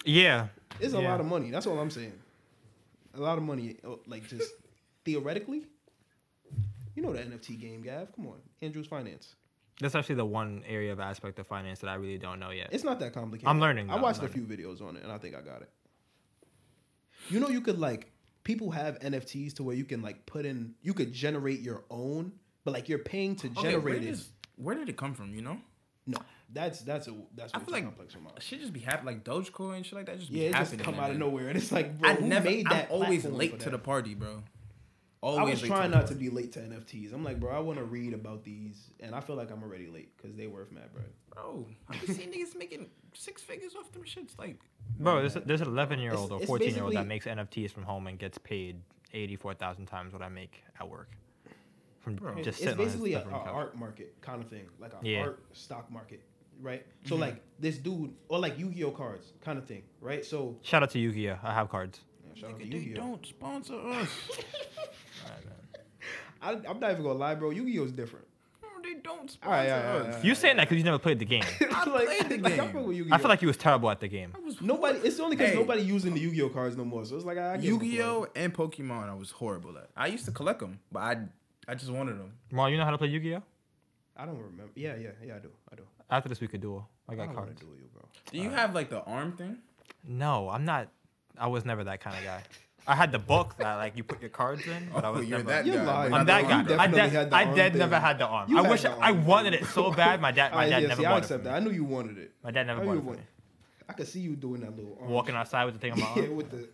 Speaker 2: Yeah,
Speaker 1: it's a
Speaker 2: Yeah.
Speaker 1: lot of money. That's all I'm saying. A lot of money, oh, like just theoretically. You know the NFT game, Gav. Come on, Andrew's finance.
Speaker 2: that's actually the one area of aspect of finance that I really don't know yet.
Speaker 1: It's not that complicated.
Speaker 2: I'm learning,
Speaker 1: I
Speaker 2: though.
Speaker 1: watched
Speaker 2: I'm
Speaker 1: a few videos on it, and I think I got it. You know, you could like people have NFTs to where you can like put in, you could generate your own, but like you're paying to
Speaker 4: where,
Speaker 1: generate
Speaker 4: did
Speaker 1: it.
Speaker 4: this- where did it come from, you know?
Speaker 1: No, that's that's a that's
Speaker 4: I
Speaker 1: way
Speaker 4: feel
Speaker 1: too
Speaker 4: like
Speaker 1: complex for my.
Speaker 4: shit just be happening. Like Dogecoin and shit like that just be
Speaker 1: Yeah, it
Speaker 4: happening.
Speaker 1: just come
Speaker 4: and
Speaker 1: out of
Speaker 4: then-
Speaker 1: nowhere, and it's like, bro,
Speaker 4: I
Speaker 1: who
Speaker 4: never,
Speaker 1: made that?
Speaker 4: I'm always
Speaker 1: platform for
Speaker 4: late to
Speaker 1: that?
Speaker 4: the party, bro.
Speaker 1: I
Speaker 4: Always
Speaker 1: was
Speaker 4: late
Speaker 1: trying
Speaker 4: to the
Speaker 1: not to be late to NFTs. I'm like, bro, I want to read about these, and I feel like I'm already late because they worth mad, bro.
Speaker 4: Bro, I've been seeing niggas making six figures off them shits. Like,
Speaker 2: Bro, there's, there's an 11 year old
Speaker 1: It's-
Speaker 2: or
Speaker 1: it's
Speaker 2: 14 year old that
Speaker 1: basically-
Speaker 2: makes NFTs from home and gets paid 84,000 times what I make at work. From just
Speaker 1: it's
Speaker 2: sitting
Speaker 1: basically
Speaker 2: on
Speaker 1: an
Speaker 2: his living room couch.
Speaker 1: art market kind of thing, like a
Speaker 2: Yeah. Mm-hmm.
Speaker 1: art stock market, right? So like this dude, or like Yu-Gi-Oh cards, kind of thing, right? So
Speaker 2: Shout out to Yu Gi Oh! I have cards.
Speaker 1: shout out to
Speaker 4: nigga, they
Speaker 1: Yu-Gi-Oh.
Speaker 4: don't sponsor us.
Speaker 1: I, I'm not even gonna lie, bro. Yu-Gi-Oh is different.
Speaker 4: No, they don't sponsor
Speaker 1: All right, all right, all
Speaker 4: us.
Speaker 1: right, all
Speaker 2: You
Speaker 1: right.
Speaker 2: saying that because you never played the game.
Speaker 1: I
Speaker 4: played the
Speaker 1: Like, I
Speaker 4: game.
Speaker 1: fuck with Yu-Gi-Oh.
Speaker 2: I feel like you was terrible at the game.
Speaker 1: nobody. It's only because
Speaker 4: Hey.
Speaker 1: nobody using the Yu-Gi-Oh cards no more. So it's like I, I give a fuck.
Speaker 4: Yu-Gi-Oh and Pokemon, I was horrible at. I used to collect them, but I I just wanted them.
Speaker 2: Marl, you know how to play Yu Gi Oh?
Speaker 1: I don't remember. Yeah, yeah, yeah. I do. I do.
Speaker 2: After this, we could duel. I
Speaker 1: I
Speaker 2: got
Speaker 1: don't want
Speaker 2: cards.
Speaker 1: to do you, bro.
Speaker 4: Do you have like the arm thing?
Speaker 2: No, I'm not. I was never that kind of guy. I had the book that like you put your cards in, but I
Speaker 3: Oh,
Speaker 2: was
Speaker 3: you're
Speaker 2: never.
Speaker 3: that
Speaker 1: You're
Speaker 3: guy.
Speaker 1: lying.
Speaker 2: I'm that
Speaker 1: You
Speaker 2: guy. I
Speaker 1: definitely
Speaker 2: dead.
Speaker 1: had the
Speaker 2: I
Speaker 1: arm
Speaker 2: dead.
Speaker 1: thing.
Speaker 2: Never had the arm.
Speaker 1: You
Speaker 2: I
Speaker 1: had
Speaker 2: wish
Speaker 1: the
Speaker 2: I
Speaker 1: arm
Speaker 2: wanted
Speaker 1: thing.
Speaker 2: it so bad. My dad. My
Speaker 1: Alright,
Speaker 2: dad
Speaker 1: yeah,
Speaker 2: never
Speaker 1: see, I
Speaker 2: bought it. for
Speaker 1: accept
Speaker 2: me.
Speaker 1: that. I knew you wanted it.
Speaker 2: My dad never
Speaker 1: I knew
Speaker 2: bought
Speaker 1: you
Speaker 2: it for
Speaker 1: wanted
Speaker 2: me.
Speaker 1: I could see you doing that little arm
Speaker 2: Walking outside with the thing on my
Speaker 1: shit.
Speaker 2: arm.
Speaker 1: Yeah, with the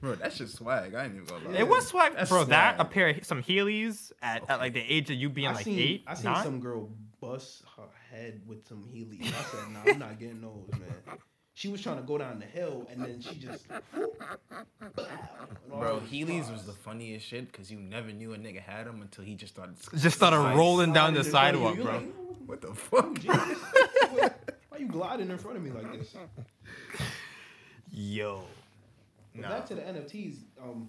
Speaker 3: Bro, that's just swag. I ain't even gonna lie.
Speaker 2: It was swag,
Speaker 3: That's
Speaker 2: bro. That a
Speaker 3: swag.
Speaker 2: pair of some Heelys at, at like the age of you being
Speaker 1: I
Speaker 2: like
Speaker 1: seen,
Speaker 2: eight,
Speaker 1: I seen
Speaker 2: nine.
Speaker 1: some girl bust her head with some Heelys. I said, nah, I'm not getting those, man. She was trying to go down the hill and then she just.
Speaker 4: Bro, Heelys was the funniest shit because you never knew a nigga had them until he just started.
Speaker 2: Just started
Speaker 4: Nice.
Speaker 2: rolling down the
Speaker 1: in front of you.
Speaker 2: sidewalk,
Speaker 1: You're
Speaker 2: bro.
Speaker 1: like,
Speaker 3: What the fuck?
Speaker 1: Why you gliding in front of me like this? But
Speaker 2: Yo,
Speaker 1: Back to the NFTs. Um,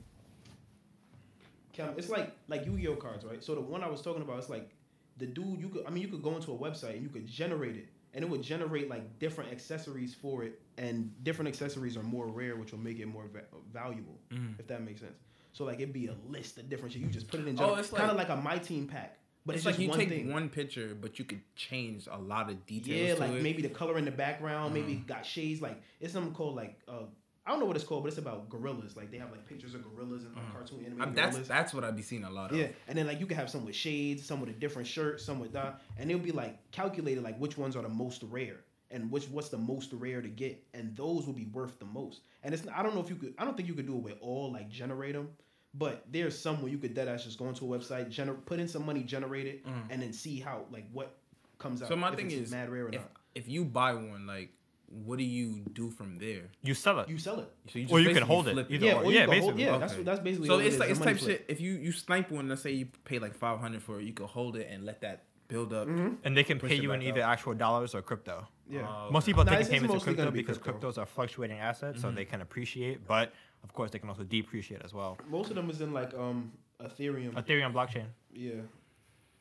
Speaker 1: Cam, it's like like Yu-Gi-Oh cards, right? So the one I was talking about, it's like the dude you could. I mean, you could go into a website and you could generate it, and it would generate like different accessories for it, and different accessories are more rare, which will make it more va- valuable,
Speaker 4: Mm-hmm.
Speaker 1: if that makes sense. So like it'd be a list of different shit. You just put it in. General,
Speaker 4: Oh, it's
Speaker 1: kind of
Speaker 4: like-
Speaker 1: like a my team pack, but
Speaker 4: It's,
Speaker 1: it's,
Speaker 4: like
Speaker 1: just
Speaker 4: you
Speaker 1: one
Speaker 4: take
Speaker 1: thing.
Speaker 4: one picture, but you could change a lot of details.
Speaker 1: Yeah,
Speaker 4: to
Speaker 1: like
Speaker 4: it. Mm-hmm.
Speaker 1: maybe the color in the background, maybe it got shades. Like it's something called like uh, I don't know what it's called, but it's about gorillas. Like they have like pictures of gorillas and like, cartoon
Speaker 4: Mm. I-
Speaker 1: animated
Speaker 4: that's
Speaker 1: gorillas.
Speaker 4: that's what I be seeing a lot of.
Speaker 1: yeah, and then like you can have some with shades, some with a different shirt, some with that, and it'll be like calculated like which ones are the most rare and which what's the most rare to get, and those will be worth the most. And it's I don't know if you could I don't think you could do it with all like generate them, but there's some where you could dead ass just go into a website, gener- put in some money, generate it, and then see how like what comes out.
Speaker 4: Mm. So my
Speaker 1: if
Speaker 4: thing
Speaker 1: it's
Speaker 4: is,
Speaker 1: mad rare or
Speaker 4: if,
Speaker 1: not.
Speaker 4: if you buy one, like, what do you do from there?
Speaker 2: you sell it.
Speaker 1: You sell it.
Speaker 4: So you
Speaker 2: Or you can
Speaker 4: basically
Speaker 2: hold it,
Speaker 4: flip
Speaker 2: either
Speaker 1: Yeah,
Speaker 2: or.
Speaker 1: or you
Speaker 2: yeah,
Speaker 1: can hold-
Speaker 2: basically.
Speaker 1: yeah, that's
Speaker 4: Okay.
Speaker 1: that's basically.
Speaker 4: So
Speaker 1: what it
Speaker 4: it's
Speaker 1: is,
Speaker 4: like
Speaker 1: a
Speaker 4: it's
Speaker 1: money
Speaker 4: type
Speaker 1: flip.
Speaker 4: shit. If you you snipe one, let's say you pay like five hundred for it, you could hold it and let that build up.
Speaker 1: Mm-hmm.
Speaker 2: and they can pay
Speaker 4: it
Speaker 2: you in
Speaker 4: back
Speaker 2: either actual dollars or crypto.
Speaker 1: Yeah.
Speaker 2: Most people are
Speaker 1: Nah, it's-
Speaker 2: taking
Speaker 1: it's
Speaker 2: payments in
Speaker 1: mostly
Speaker 2: crypto
Speaker 1: gonna be
Speaker 2: because
Speaker 1: crypto. Mm-hmm.
Speaker 2: cryptos are fluctuating assets, so they can appreciate, but of course they can also depreciate as well.
Speaker 1: Most of them is in like um Ethereum.
Speaker 2: Ethereum blockchain.
Speaker 1: yeah.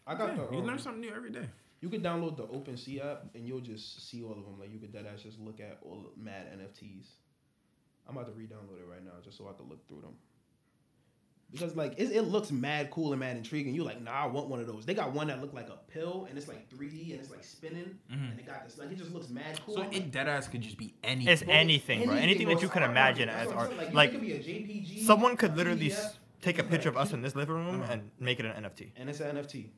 Speaker 1: I got the.
Speaker 4: Yeah, you
Speaker 1: um,
Speaker 4: learn something new every day.
Speaker 1: You could download the OpenSea app and you'll just see all of them. Like you could dead ass just look at all the mad NFTs. I'm about to re-download it right now just so I can look through them. Because like it, it looks mad cool and mad intriguing. You're like, nah, I want one of those. They got one that looked like a pill and it's like 3D and it's like spinning and it got this like it just looks mad cool.
Speaker 4: Mm-hmm. So
Speaker 1: I'm like,
Speaker 4: it dead ass could just be any.
Speaker 2: It's anything, bro. Anything that
Speaker 1: bro.
Speaker 2: you can
Speaker 1: That's
Speaker 2: imagine
Speaker 1: what I'm
Speaker 2: as
Speaker 1: saying.
Speaker 2: art.
Speaker 1: you-
Speaker 2: Like
Speaker 1: it could be a JPG,
Speaker 2: someone could
Speaker 1: a
Speaker 2: literally
Speaker 1: PDF,
Speaker 2: s- take a picture of us in this living room
Speaker 1: Mm-hmm.
Speaker 2: and make it an NFT.
Speaker 1: and it's an NFT,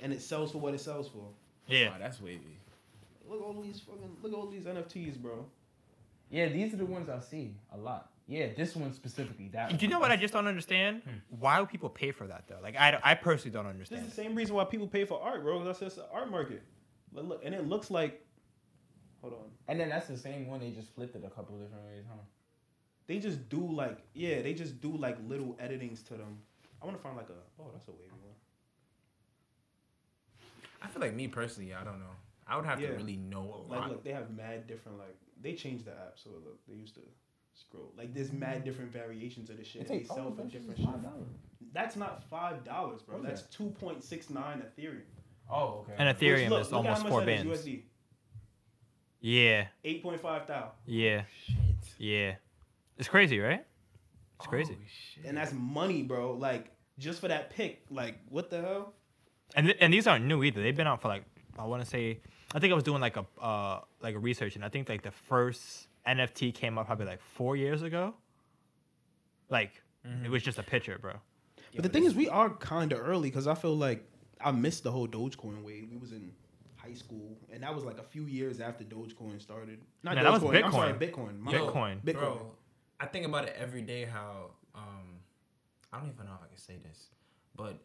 Speaker 1: and it sells for what it sells for.
Speaker 2: Yeah.
Speaker 4: Wow, that's wavy.
Speaker 1: Look at all these fucking look at all these NFTs, bro.
Speaker 4: Yeah, these are the ones I see a lot. Yeah, this one specifically. That.
Speaker 2: Do you know what I just don't understand? Why would people pay for that though? Like I, I personally don't
Speaker 1: Hmm. This is
Speaker 2: understand.
Speaker 1: the same reason why people pay for art, bro. That's just the art market. But look, and it looks like, hold on,
Speaker 4: And then that's the same one. They just flipped it a couple different ways, huh?
Speaker 1: they just do like yeah, they just do like little editings to them. I want to find like a oh that's a wavy one.
Speaker 4: I feel like me personally, I don't know. I would have
Speaker 1: Yeah.
Speaker 4: to really know a
Speaker 1: Like
Speaker 4: lot.
Speaker 1: look, they have mad different like they changed the app. So look, they used to scroll like there's mad different variations of the shit. They sell for different shit. That's not five dollars, bro.
Speaker 4: What is
Speaker 1: That's two point six nine Ethereum.
Speaker 4: Oh, okay.
Speaker 2: And
Speaker 1: Which,
Speaker 2: Ethereum
Speaker 1: look-
Speaker 2: is
Speaker 1: look at how
Speaker 2: almost
Speaker 1: much
Speaker 2: four
Speaker 1: that is
Speaker 2: bands.
Speaker 1: USD
Speaker 2: Yeah.
Speaker 1: eight point five thousand,
Speaker 2: Yeah. Yeah. It's crazy, right? It's crazy.
Speaker 1: and that's money, bro. Like just for that pick, like what the hell?
Speaker 2: and th- and these aren't new either. They've been out for like I want to say I think I was doing like a uh, like a research and I think like the first NFT came out probably like four years ago. Like it was just a picture, bro.
Speaker 1: but the thing is, we are kind of early because I feel like I missed the whole Dogecoin wave. We was in high school, and that was like a few years after Dogecoin started. Not
Speaker 2: No, that was
Speaker 1: Dogecoin. I'm sorry,
Speaker 2: Bitcoin.
Speaker 1: Bitcoin. My
Speaker 2: Yo,
Speaker 1: fault.
Speaker 2: Bitcoin.
Speaker 1: Bitcoin.
Speaker 4: Bro, I think about it every day how um I don't even know if I can say this, but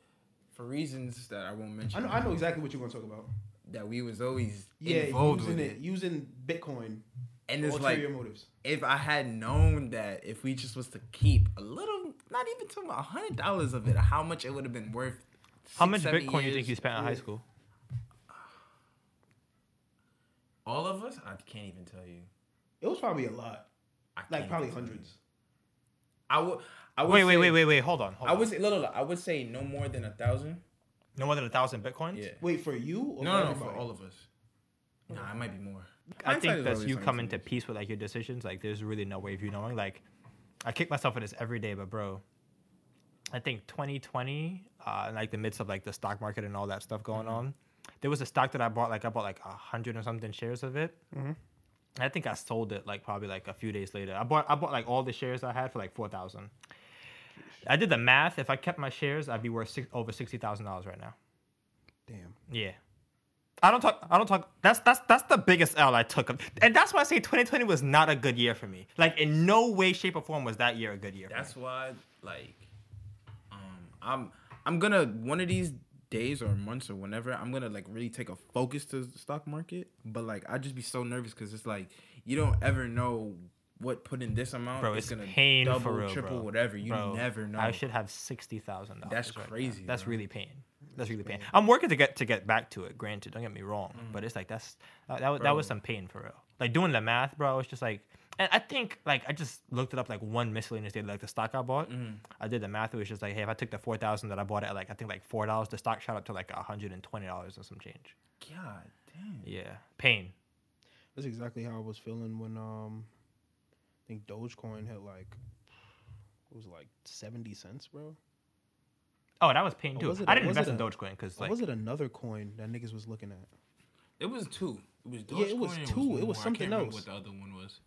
Speaker 4: for reasons that I won't mention
Speaker 1: I know. I know exactly what you're gonna talk about.
Speaker 4: that we was always
Speaker 1: Yeah,
Speaker 4: involved
Speaker 1: using
Speaker 4: with
Speaker 1: it,
Speaker 4: it.
Speaker 1: using Bitcoin.
Speaker 4: And it's like
Speaker 1: ulterior motives.
Speaker 4: if I had known that if we just was to keep a little not even to a hundred dollars of it, how much it would have been worth.
Speaker 2: How
Speaker 4: six,
Speaker 2: much
Speaker 4: seven
Speaker 2: Bitcoin you think
Speaker 4: years.
Speaker 2: you spent in high school?
Speaker 4: All of us? I can't even tell you.
Speaker 1: It was probably a lot,
Speaker 4: I
Speaker 1: like
Speaker 4: can't
Speaker 1: probably
Speaker 4: even tell you.
Speaker 1: hundreds.
Speaker 4: I would. I would
Speaker 2: Wait, wait,
Speaker 4: say-
Speaker 2: wait, wait, wait. Hold on. Hold
Speaker 4: I
Speaker 2: on.
Speaker 4: would say, look, look, look, I would say no more than a thousand.
Speaker 2: no more than a thousand bitcoins.
Speaker 4: Yeah.
Speaker 1: Wait for you? Or
Speaker 4: No, no, no,
Speaker 1: everybody?
Speaker 4: for all of us. Nah, it might be more.
Speaker 2: I
Speaker 4: Hindsight
Speaker 2: think
Speaker 4: is
Speaker 2: that's
Speaker 4: always
Speaker 2: you coming to
Speaker 4: hindsight.
Speaker 2: peace with like your decisions. Like there's really no way of you knowing. Like I kick myself for this every day, but bro, I think 2020, uh, in like the midst of like the stock market and all
Speaker 4: Mm-hmm. Mm-hmm.
Speaker 2: that stuff going on, there was a stock that I bought. Like I bought like a hundred or something shares of it. I think I sold it like probably like a few days later. I bought I bought like all the shares I had for like four thousand. I did the math. If I kept my shares, I'd be worth six, over sixty thousand dollars right now.
Speaker 1: Damn.
Speaker 2: Yeah. I don't talk. I don't talk. That's that's that's the biggest L I took, and that's why I say 2020 was not a good year for me. Like in no way, shape, or form was that year a good year. for me.
Speaker 4: That's why, like, um, I'm I'm gonna one of these days or months or whenever I'm gonna like really take a focus to the stock market. But like, I just be so nervous because it's like you don't ever know what putting this amount
Speaker 2: bro.
Speaker 4: is
Speaker 2: It's
Speaker 4: gonna
Speaker 2: pain
Speaker 4: double,
Speaker 2: for real,
Speaker 4: triple,
Speaker 2: bro.
Speaker 4: whatever. You
Speaker 2: Bro,
Speaker 4: never know.
Speaker 2: I should have sixty thousand dollars.
Speaker 4: That's crazy,
Speaker 2: That's
Speaker 4: bro.
Speaker 2: really pain. That's really pain. I'm working to get to get back to it. Granted, don't get me wrong, but it's like that's that, that, was- that was some pain for real. Like doing the math, bro. I was just like, and I think like I just looked it up like one miscellaneous data, like the stock I bought. I did the math. It was just like, hey, if I took the four thousand that I bought it at like I think like four dollars, the stock shot up to like hundred and twenty dollars or some change.
Speaker 4: God damn.
Speaker 2: Yeah, pain.
Speaker 1: That's exactly how I was feeling when um, I think Dogecoin hit like it was like seventy cents, bro.
Speaker 2: Oh, that was pain
Speaker 1: Oh,
Speaker 2: too.
Speaker 1: was it
Speaker 2: I
Speaker 1: a-
Speaker 2: didn't
Speaker 1: was
Speaker 2: invest
Speaker 1: it
Speaker 2: in
Speaker 1: a-
Speaker 2: Dogecoin because
Speaker 1: Or
Speaker 2: like
Speaker 1: was it another coin that niggas was looking at?
Speaker 4: It was two. It was
Speaker 1: Yeah, it was
Speaker 4: Dogecoin and
Speaker 1: two. It was
Speaker 4: one more. I can't
Speaker 1: something
Speaker 4: remember
Speaker 1: else.
Speaker 4: What the other one was?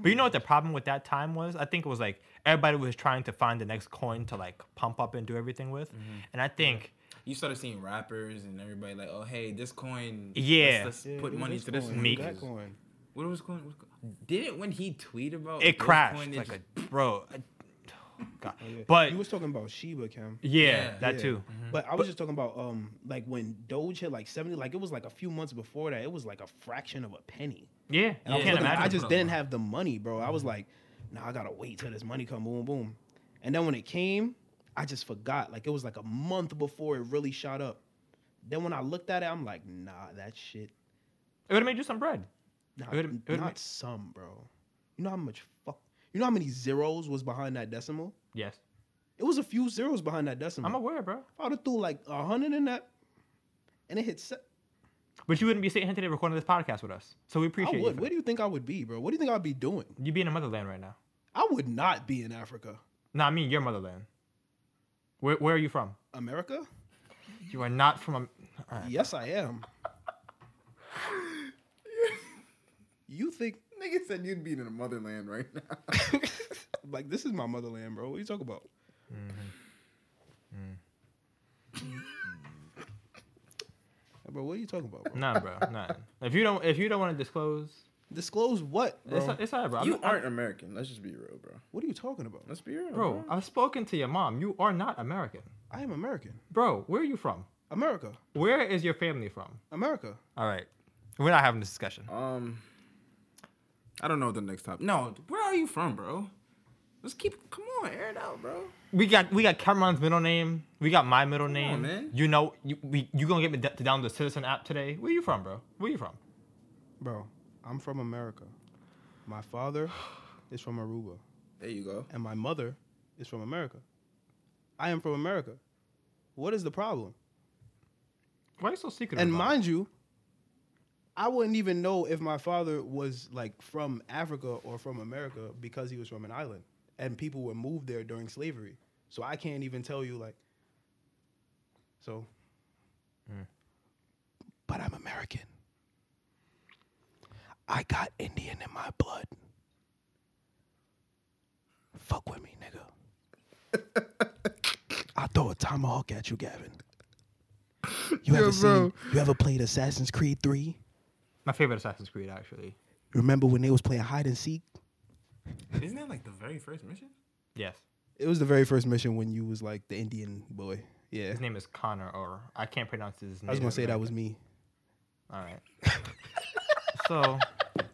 Speaker 2: But you know what the problem with that time was? I think it was like everybody was trying to find the next coin to like pump up and do everything with.
Speaker 1: Mm-hmm.
Speaker 2: And I think
Speaker 4: You started seeing rappers and everybody like, oh hey, this coin.
Speaker 2: Yeah.
Speaker 4: let's, let's
Speaker 1: Yeah, it
Speaker 4: put
Speaker 1: was
Speaker 4: money
Speaker 1: this
Speaker 4: to this
Speaker 1: coin,
Speaker 4: one.
Speaker 2: Meek.
Speaker 1: That
Speaker 4: because-
Speaker 1: coin.
Speaker 4: What was going? What, didn't when he tweet about
Speaker 2: it
Speaker 4: Dogecoin,
Speaker 2: crashed like
Speaker 4: just-
Speaker 2: a bro. I- God.
Speaker 1: Oh, Yeah.
Speaker 2: But
Speaker 1: you was talking about Sheba Cam.
Speaker 2: yeah,
Speaker 4: Yeah.
Speaker 2: that
Speaker 1: Yeah. Mm-hmm.
Speaker 2: too.
Speaker 1: But I was just talking about um like when Doge hit like seventy, like it was like a few months before that. It was like a fraction of a penny.
Speaker 2: Yeah,
Speaker 1: And I,
Speaker 2: you
Speaker 1: was
Speaker 2: can't
Speaker 1: looking-
Speaker 2: imagine.
Speaker 1: I just didn't have the money, bro. I was like, nah, I gotta wait till this money come, boom, boom. And then when it came, I just forgot. Like it was like a month before it really shot up. Then when I looked at it, I'm like, nah, that shit,
Speaker 2: it would have made you some bread.
Speaker 1: not,
Speaker 2: It would've- it would've
Speaker 1: not
Speaker 2: made-
Speaker 1: some, bro. You know how much fuck. You know how many zeros was behind that decimal?
Speaker 2: Yes,
Speaker 1: It was a few zeros behind that decimal.
Speaker 2: I'm aware, bro.
Speaker 1: I would have threw like a hundred in that, and it hit. Se-
Speaker 2: But you wouldn't be sitting here today recording this podcast with us. So we
Speaker 1: I
Speaker 2: appreciate you.
Speaker 1: would.
Speaker 2: for
Speaker 1: Where
Speaker 2: that.
Speaker 1: do you think I would be, bro? What do you think I'd be doing?
Speaker 2: You'd be in a motherland right now.
Speaker 1: I would not be in Africa,
Speaker 2: No, I mean your motherland. Where Where are you from?
Speaker 1: America.
Speaker 2: You are not from. A, all right.
Speaker 1: Yes, I am. you think
Speaker 3: Nigga said you'd be in the motherland right now.
Speaker 1: like this is my motherland, bro? What are you talking about? Bro, what are you talking about? Bro?
Speaker 2: Nah, bro. Nah. If you don't, if you don't want to disclose,
Speaker 1: Disclose what, bro?
Speaker 2: it's, it's all right, bro. I'm
Speaker 3: you
Speaker 2: not- I'm-
Speaker 3: aren't American. Let's just be real, bro.
Speaker 1: what are you talking about?
Speaker 3: Let's be real,
Speaker 2: Bro, I've spoken to your mom. You are not American.
Speaker 1: I am American.
Speaker 2: Bro, where are you from?
Speaker 1: America,
Speaker 2: Where is your family from?
Speaker 1: America.
Speaker 2: All right. We're not having this discussion.
Speaker 1: Uh,
Speaker 3: Um,
Speaker 4: I don't know what the next topic. No, where are you from, bro? Let's keep. Come on, air it out, bro.
Speaker 2: We got we got Cameron's middle name. We got my middle name.
Speaker 4: man.
Speaker 2: You know, you we, you gonna get me d- to download the Citizen app today? Where you from, bro? Where you from?
Speaker 1: Bro, I'm from America. My father is from Aruba,
Speaker 3: there you go.
Speaker 1: and my mother is from America. I am from America. What is the problem?
Speaker 2: Why are you so secretive?
Speaker 1: And
Speaker 2: about
Speaker 1: mind you, I wouldn't even know if my father was like from Africa or from America because he was from an island, and people were moved there during slavery. So I can't even tell you like. So. But I'm American. I got Indian in my blood. Fuck with me, nigga. I'll throw a tomahawk at you, Gavin. You ever seen? You ever played Assassin's Creed Three?
Speaker 2: it? my favorite Assassin's Creed actually?
Speaker 1: Remember when they was playing hide and seek?
Speaker 4: Isn't that like the very first mission?
Speaker 2: Yes.
Speaker 1: It was the very first mission when you was like the Indian boy. Yeah,
Speaker 2: His name is Connor, or I can't pronounce his name.
Speaker 1: I was gonna say that was me.
Speaker 2: All right. so,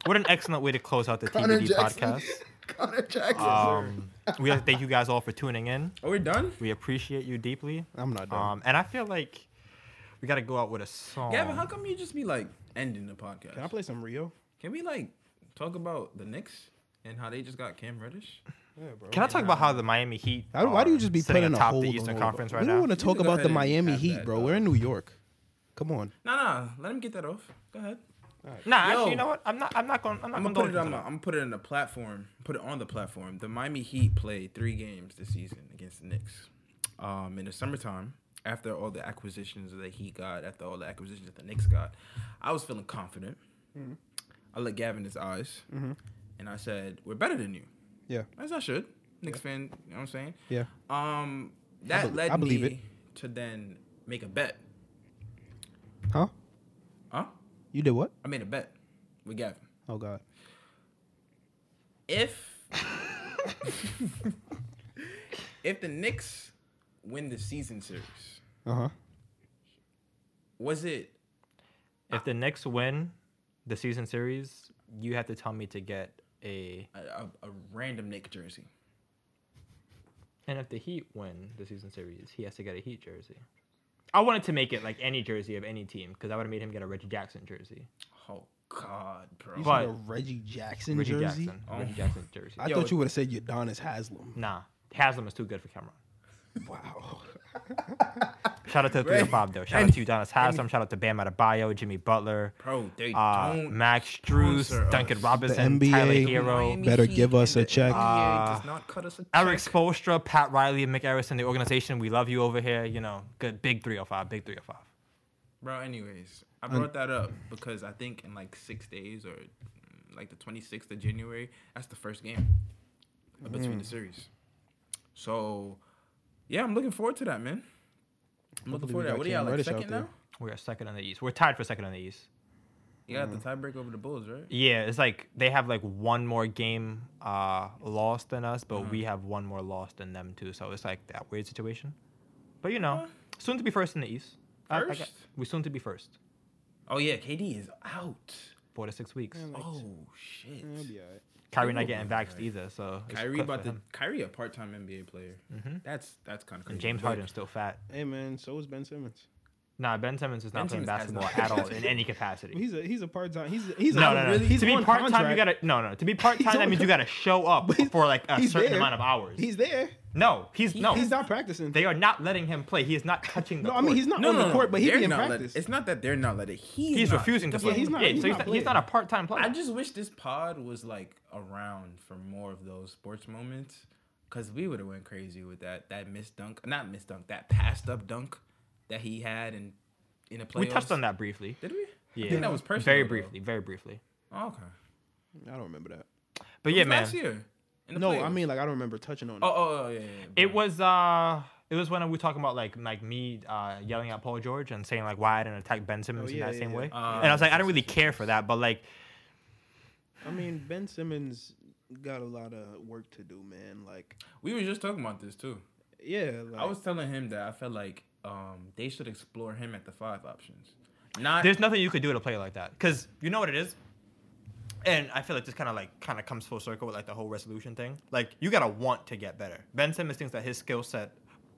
Speaker 2: what an excellent way to close out the
Speaker 3: Connor
Speaker 2: TBD
Speaker 3: Jackson.
Speaker 2: podcast.
Speaker 3: Connor Jackson.
Speaker 2: Um, we have to thank you guys all for tuning in.
Speaker 4: Are we done?
Speaker 2: We appreciate you deeply.
Speaker 1: I'm not done.
Speaker 2: Um, and I feel like we gotta go out with a song.
Speaker 4: Gavin, how come you just be like ending the podcast?
Speaker 1: Can I play some Rio?
Speaker 4: Can we like talk about the Knicks and how they just got Cam Reddish?
Speaker 1: Yeah, bro.
Speaker 2: Can I talk about how the Miami Heat?
Speaker 1: Why, why do you
Speaker 2: are
Speaker 1: just be
Speaker 2: sitting
Speaker 1: putting a
Speaker 2: atop
Speaker 1: hold
Speaker 2: the
Speaker 1: on
Speaker 2: Eastern
Speaker 1: hold on?
Speaker 2: Conference right
Speaker 1: We don't
Speaker 2: now?
Speaker 1: want to talk
Speaker 4: go
Speaker 1: about
Speaker 4: ahead
Speaker 1: the
Speaker 4: and
Speaker 1: Miami
Speaker 4: have
Speaker 1: Heat,
Speaker 4: that,
Speaker 1: bro.
Speaker 4: though.
Speaker 1: We're in New York. Come on.
Speaker 4: Nah, nah. Let him get that off. Go ahead.
Speaker 2: Nah,
Speaker 4: Yo.
Speaker 2: actually, you know what? I'm not. I'm not going. I'm not
Speaker 4: I'm
Speaker 2: going
Speaker 4: gonna
Speaker 2: to go
Speaker 4: put it
Speaker 2: into
Speaker 4: on. My,
Speaker 2: that.
Speaker 4: I'm gonna put it on the platform. Put it on the platform. The Miami Heat played three games this season against the Knicks. Um, in the summertime, after all the acquisitions that he got, after all the acquisitions that the Knicks got, I was feeling confident. I looked Gavin in his eyes, and I said, "We're better than you."
Speaker 1: Yeah.
Speaker 4: As I should. Knicks fan, you know what I'm saying?
Speaker 1: Yeah.
Speaker 4: Um, that
Speaker 1: be-
Speaker 4: led
Speaker 1: I believe
Speaker 4: me to then make a bet.
Speaker 1: Huh?
Speaker 4: Huh?
Speaker 1: You did what?
Speaker 4: I made a bet with Gavin.
Speaker 1: Oh God.
Speaker 4: If if the Knicks win the season series,
Speaker 1: Uh huh.
Speaker 4: was it
Speaker 2: If the Knicks win the season series, you have to tell me to get a.
Speaker 4: a, a, a random Nick jersey?
Speaker 2: And if the Heat win the season series, he has to get a Heat jersey. I wanted to make it like any jersey of any team because I would have made him get a Reggie Jackson jersey.
Speaker 4: Oh God, bro!
Speaker 2: But-
Speaker 1: a Reggie Jackson
Speaker 2: Reggie
Speaker 1: jersey.
Speaker 2: Jackson. Reggie Jackson jersey.
Speaker 1: I
Speaker 4: Yo.
Speaker 1: thought you would have said Udonis Haslam.
Speaker 2: Nah, Haslam is too good for Cameron. Mm.
Speaker 1: Wow.
Speaker 2: Shout out to the three and five though. Shout out to Udonis Haslam. Shout out to Bam Adebayo, Jimmy Butler,
Speaker 4: bro, they
Speaker 2: uh,
Speaker 4: don't.
Speaker 2: Max Struess,
Speaker 4: sponsor
Speaker 2: Duncan
Speaker 4: us.
Speaker 2: Robinson,
Speaker 1: The
Speaker 2: Tyler
Speaker 1: NBA
Speaker 2: Hero,
Speaker 1: better give us
Speaker 4: and
Speaker 1: a Ah. check.
Speaker 4: The
Speaker 2: Uh,
Speaker 4: NBA does not cut us a
Speaker 2: Eric
Speaker 4: check.
Speaker 2: Spoelstra, Pat Riley, and Mick Harris in the organization. We love you over here. You know, good big three hundred five, big three hundred five.
Speaker 4: Bro, anyways, I brought that up because I think in like six days or mm, like the 26th of January, that's the first game
Speaker 1: Mm.
Speaker 4: between the series. So, yeah, I'm looking forward to that, man. I'm looking
Speaker 1: Hopefully
Speaker 4: forward
Speaker 1: we
Speaker 4: to
Speaker 1: got
Speaker 4: that. What are y'all
Speaker 1: Cam
Speaker 4: like
Speaker 1: Reddish out
Speaker 4: second
Speaker 1: there.
Speaker 4: now?
Speaker 2: We are second on the East. We're tied for second on the East.
Speaker 4: You
Speaker 1: Mm.
Speaker 4: got the tiebreaker over the Bulls, right?
Speaker 2: Yeah, it's like they have like one more game uh lost than us, but
Speaker 4: Mm-hmm.
Speaker 2: we have one more loss than them too. So it's like that weird situation. But you know, soon to be first in the East. I- I got-
Speaker 4: First?
Speaker 2: we soon to be first.
Speaker 4: Oh yeah, KD is out.
Speaker 2: Four to six weeks.
Speaker 4: Oh shit.
Speaker 2: Kyrie not getting vaxxed either, so it's
Speaker 4: Kyrie
Speaker 2: good
Speaker 4: about
Speaker 2: for
Speaker 4: to
Speaker 2: him. Mm-hmm.
Speaker 4: Kyrie a part-time NBA player. That's that's kind of crazy.
Speaker 2: James
Speaker 4: But
Speaker 2: Harden's still fat.
Speaker 1: Hey man, so is Ben Simmons.
Speaker 2: Nah, Ben Simmons is not
Speaker 4: Ben
Speaker 2: playing
Speaker 4: Simmons has
Speaker 2: basketball
Speaker 4: not-
Speaker 2: at all in any capacity.
Speaker 1: He's a he's a part time. He's he's
Speaker 2: No,
Speaker 1: a,
Speaker 2: no, no.
Speaker 1: Really, he's
Speaker 2: to be
Speaker 1: on
Speaker 2: part time, you
Speaker 1: contract.
Speaker 2: gotta no, no. To be part time, that
Speaker 1: on
Speaker 2: means you gotta show up
Speaker 1: But he's-
Speaker 2: for like a
Speaker 1: he's
Speaker 2: certain
Speaker 1: there.
Speaker 2: amount of hours.
Speaker 1: He's there.
Speaker 2: no, he's no.
Speaker 1: He's not practicing.
Speaker 2: They are not letting him play. He is not touching the
Speaker 1: no, I mean
Speaker 2: court.
Speaker 1: he's not
Speaker 4: No,
Speaker 1: on
Speaker 4: no,
Speaker 1: the court, but he
Speaker 4: they're
Speaker 1: be in
Speaker 4: not let-
Speaker 1: practice.
Speaker 4: It's not that they're not letting. He's,
Speaker 2: He's
Speaker 4: not.
Speaker 2: refusing to
Speaker 4: That's
Speaker 2: play.
Speaker 4: what-
Speaker 1: he's not-
Speaker 2: yeah,
Speaker 1: he's
Speaker 2: so he's
Speaker 1: not
Speaker 2: not, he's
Speaker 1: playing.
Speaker 2: not a part-time player.
Speaker 4: I just wish this pod was like around for more of those sports moments, cause we would have went crazy with that that missed dunk, not missed dunk, that passed up dunk that he had in in a playoffs.
Speaker 2: we touched on that briefly.
Speaker 4: did we?
Speaker 2: Yeah,
Speaker 4: I think that was personal.
Speaker 2: Very
Speaker 4: though.
Speaker 2: briefly, very briefly.
Speaker 4: Oh, okay.
Speaker 1: I don't remember that.
Speaker 2: But yeah, man,
Speaker 4: Last year. in the
Speaker 1: No,
Speaker 4: playoffs.
Speaker 1: I mean like I don't remember touching on.
Speaker 4: Oh,
Speaker 1: it.
Speaker 4: oh, oh, yeah, yeah, yeah.
Speaker 2: it was uh, it was when we were talking about like like me uh yelling at Paul George and saying like why I didn't attack Ben Simmons
Speaker 1: Oh, yeah,
Speaker 2: in that
Speaker 1: yeah,
Speaker 2: same
Speaker 1: yeah.
Speaker 2: way,
Speaker 4: Ah,
Speaker 2: and I was like I didn't really care for that, but like
Speaker 1: I mean Ben Simmons got a lot of work to do, man. Like
Speaker 4: We were just talking about this too.
Speaker 1: yeah, like,
Speaker 4: I was telling him that I felt like um, they should explore him at the five options. Not
Speaker 2: there's nothing you could do to play like that because you know what it is. And I feel like this kind of like kind of comes full circle with like the whole resolution thing. Like you gotta want to get better. Ben Simmons thinks that his skill set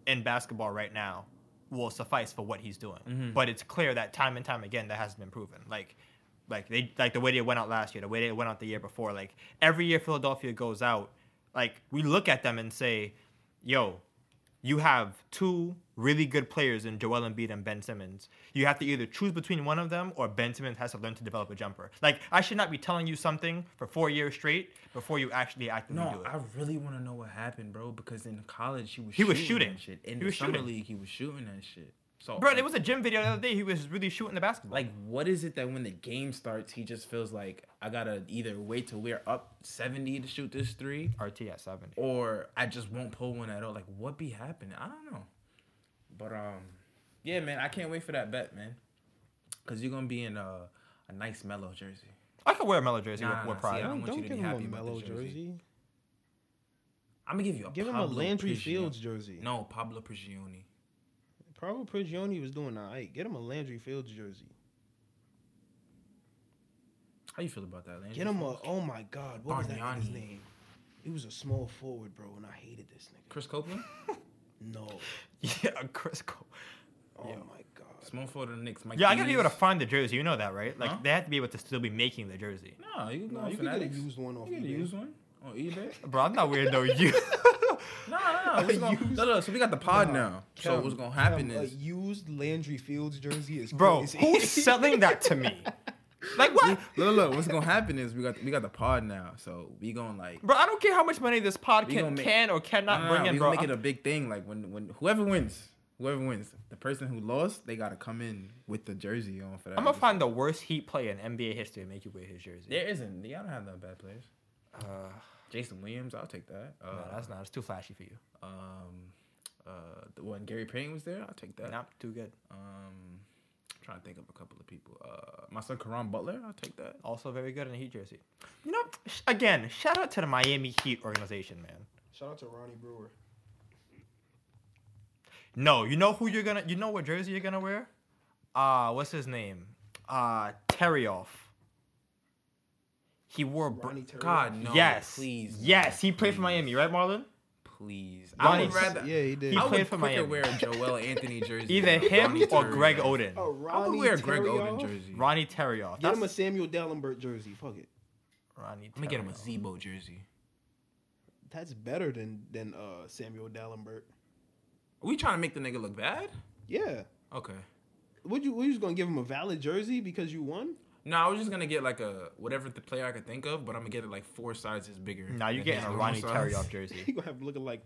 Speaker 2: in basketball right now will suffice for what he's doing, but it's clear that time and time again that hasn't been proven. Like, like they like the way they went out last year, the way they went out the year before. Like every year Philadelphia goes out, like we look at them and say, "Yo, you have two really good players in Joel Embiid and Ben Simmons. You have to either choose between one of them or Ben Simmons has to learn to develop a jumper. Like I should not be telling you something for four years straight before you actually actively do
Speaker 4: No,
Speaker 2: it.
Speaker 4: I really want to know what happened, bro. Because in college, he was
Speaker 2: He was shooting.
Speaker 4: that shit. In
Speaker 2: He
Speaker 4: the
Speaker 2: was
Speaker 4: summer
Speaker 2: shooting.
Speaker 4: league, he was shooting that shit. So,
Speaker 2: Bro,
Speaker 4: like,
Speaker 2: there was a gym video the other day. He was really shooting the basketball.
Speaker 4: like, what is it that when the game starts, he just feels like I gotta either wait till we're up seventy to shoot this three,
Speaker 2: RT at seventy.
Speaker 4: or I just won't pull one at all. Like, what be happening? I don't know. But um, yeah, man, I can't wait for that bet, man. Cause you're gonna be in a, a nice mellow jersey.
Speaker 2: I could wear a mellow jersey with,
Speaker 4: Nah, nah,
Speaker 2: with
Speaker 4: see,
Speaker 2: pride.
Speaker 4: I
Speaker 1: don't,
Speaker 4: don't
Speaker 1: don't
Speaker 4: want you to
Speaker 1: give
Speaker 4: be
Speaker 1: him a
Speaker 4: happy about
Speaker 1: mellow
Speaker 4: this jersey.
Speaker 1: jersey.
Speaker 4: I'm gonna give you a
Speaker 1: Give him a
Speaker 4: Pablo
Speaker 1: Landry
Speaker 4: Prigioni-
Speaker 1: Fields jersey.
Speaker 4: No, Pablo Prigioni.
Speaker 1: Pablo Prigioni was doing all right. Get him a Landry Fields jersey.
Speaker 4: How you feel about that, Landry?
Speaker 1: Get him
Speaker 4: Fields?
Speaker 1: a. Oh my God, what was that nigga's
Speaker 4: Bargnani.
Speaker 1: name? He was a small forward, bro, and I hated this nigga.
Speaker 4: Chris Copeland?
Speaker 1: No.
Speaker 2: yeah, Chris Cole.
Speaker 1: Oh my God.
Speaker 4: Small forward of the Knicks. Mike
Speaker 2: Yeah, I gotta be able to
Speaker 4: Deans.
Speaker 2: find the jersey. You know that, right? Like
Speaker 4: Huh?
Speaker 2: they have to be able to still be making the jersey.
Speaker 4: No, you can go
Speaker 1: No,
Speaker 4: on
Speaker 1: you can get a
Speaker 4: Fanatics.
Speaker 1: used one off
Speaker 4: You can
Speaker 1: eBay.
Speaker 4: use one on eBay.
Speaker 2: Bro, I'm not weird though. You.
Speaker 4: no, no, no. What's gonna, no, no. So we got the pod now. So what's gonna happen
Speaker 1: Um,
Speaker 4: is
Speaker 1: a used Landry Fields jersey is
Speaker 2: Bro,
Speaker 1: crazy.
Speaker 2: who's selling that to me? Like what?
Speaker 4: look, look. What's gonna happen is we got we got the pod now. So we gonna like
Speaker 2: Bro, I don't care how much money this pod
Speaker 4: We
Speaker 2: can,
Speaker 4: gonna make-
Speaker 2: can or
Speaker 4: no,
Speaker 2: cannot
Speaker 4: no, no,
Speaker 2: bring
Speaker 4: we
Speaker 2: in,
Speaker 4: gonna
Speaker 2: bro.
Speaker 4: make it
Speaker 2: I'm-
Speaker 4: a big thing. Like when when whoever wins, Whoever wins, the person who lost, they gotta come in with the jersey on for that.
Speaker 2: I'm gonna find the worst Heat player in NBA history and make you wear his jersey.
Speaker 4: There isn't. Y'all don't have that bad players.
Speaker 2: Uh,
Speaker 4: Jason Williams, I'll take that. Uh,
Speaker 2: no, that's not. It's too flashy for you.
Speaker 4: um, uh, the one Gary Payton was there, I'll take that.
Speaker 2: Not too good.
Speaker 4: Um, I'm trying to think of a couple of people. Uh, my son Karan Butler, I'll take that.
Speaker 2: Also very good in a Heat jersey. You know, sh- again, shout out to the Miami Heat organization, man.
Speaker 1: Shout out to Ronnie Brewer.
Speaker 2: No, you know who you're gonna. You know what jersey you're gonna wear? Uh what's his name? Uh Terioff. He wore. Br-
Speaker 1: Ronnie Terry.
Speaker 4: God no,
Speaker 2: yes.
Speaker 4: please,
Speaker 2: Yes, he played for Miami, right, Marlon?
Speaker 4: please. I
Speaker 2: Ronnie-
Speaker 4: would rather.
Speaker 1: Yeah, he did.
Speaker 2: He
Speaker 4: I
Speaker 2: played
Speaker 4: would
Speaker 2: for
Speaker 4: quicker
Speaker 2: Miami.
Speaker 4: wear a Joel Anthony jersey.
Speaker 2: Either
Speaker 4: than a
Speaker 2: him
Speaker 4: Ronnie
Speaker 2: or
Speaker 4: Terrio.
Speaker 2: Greg Oden.
Speaker 1: Oh,
Speaker 4: I
Speaker 1: Ronnie
Speaker 4: would wear a Greg
Speaker 1: Terrio?
Speaker 4: Oden jersey.
Speaker 2: Ronnie Terioff.
Speaker 1: Get
Speaker 2: That's
Speaker 1: him a Samuel Dallenberg jersey. Fuck it.
Speaker 2: Ronnie.
Speaker 4: Let me get him a
Speaker 2: Terrio.
Speaker 4: Zebo jersey.
Speaker 1: That's better than than uh, Samuel Dallenberg.
Speaker 4: Are we trying to make the nigga look bad?
Speaker 1: Yeah.
Speaker 4: Okay.
Speaker 1: Would you? Were you just gonna give him a valid jersey because you won?
Speaker 4: No, I was just gonna get like a whatever the player I could think of, but I'm gonna get it like four sizes bigger.
Speaker 2: Nah, you're
Speaker 4: than
Speaker 2: getting
Speaker 4: his
Speaker 2: a
Speaker 4: normal
Speaker 2: Ronnie
Speaker 4: size.
Speaker 2: Terioff
Speaker 1: He
Speaker 2: jersey.
Speaker 1: gonna have him looking like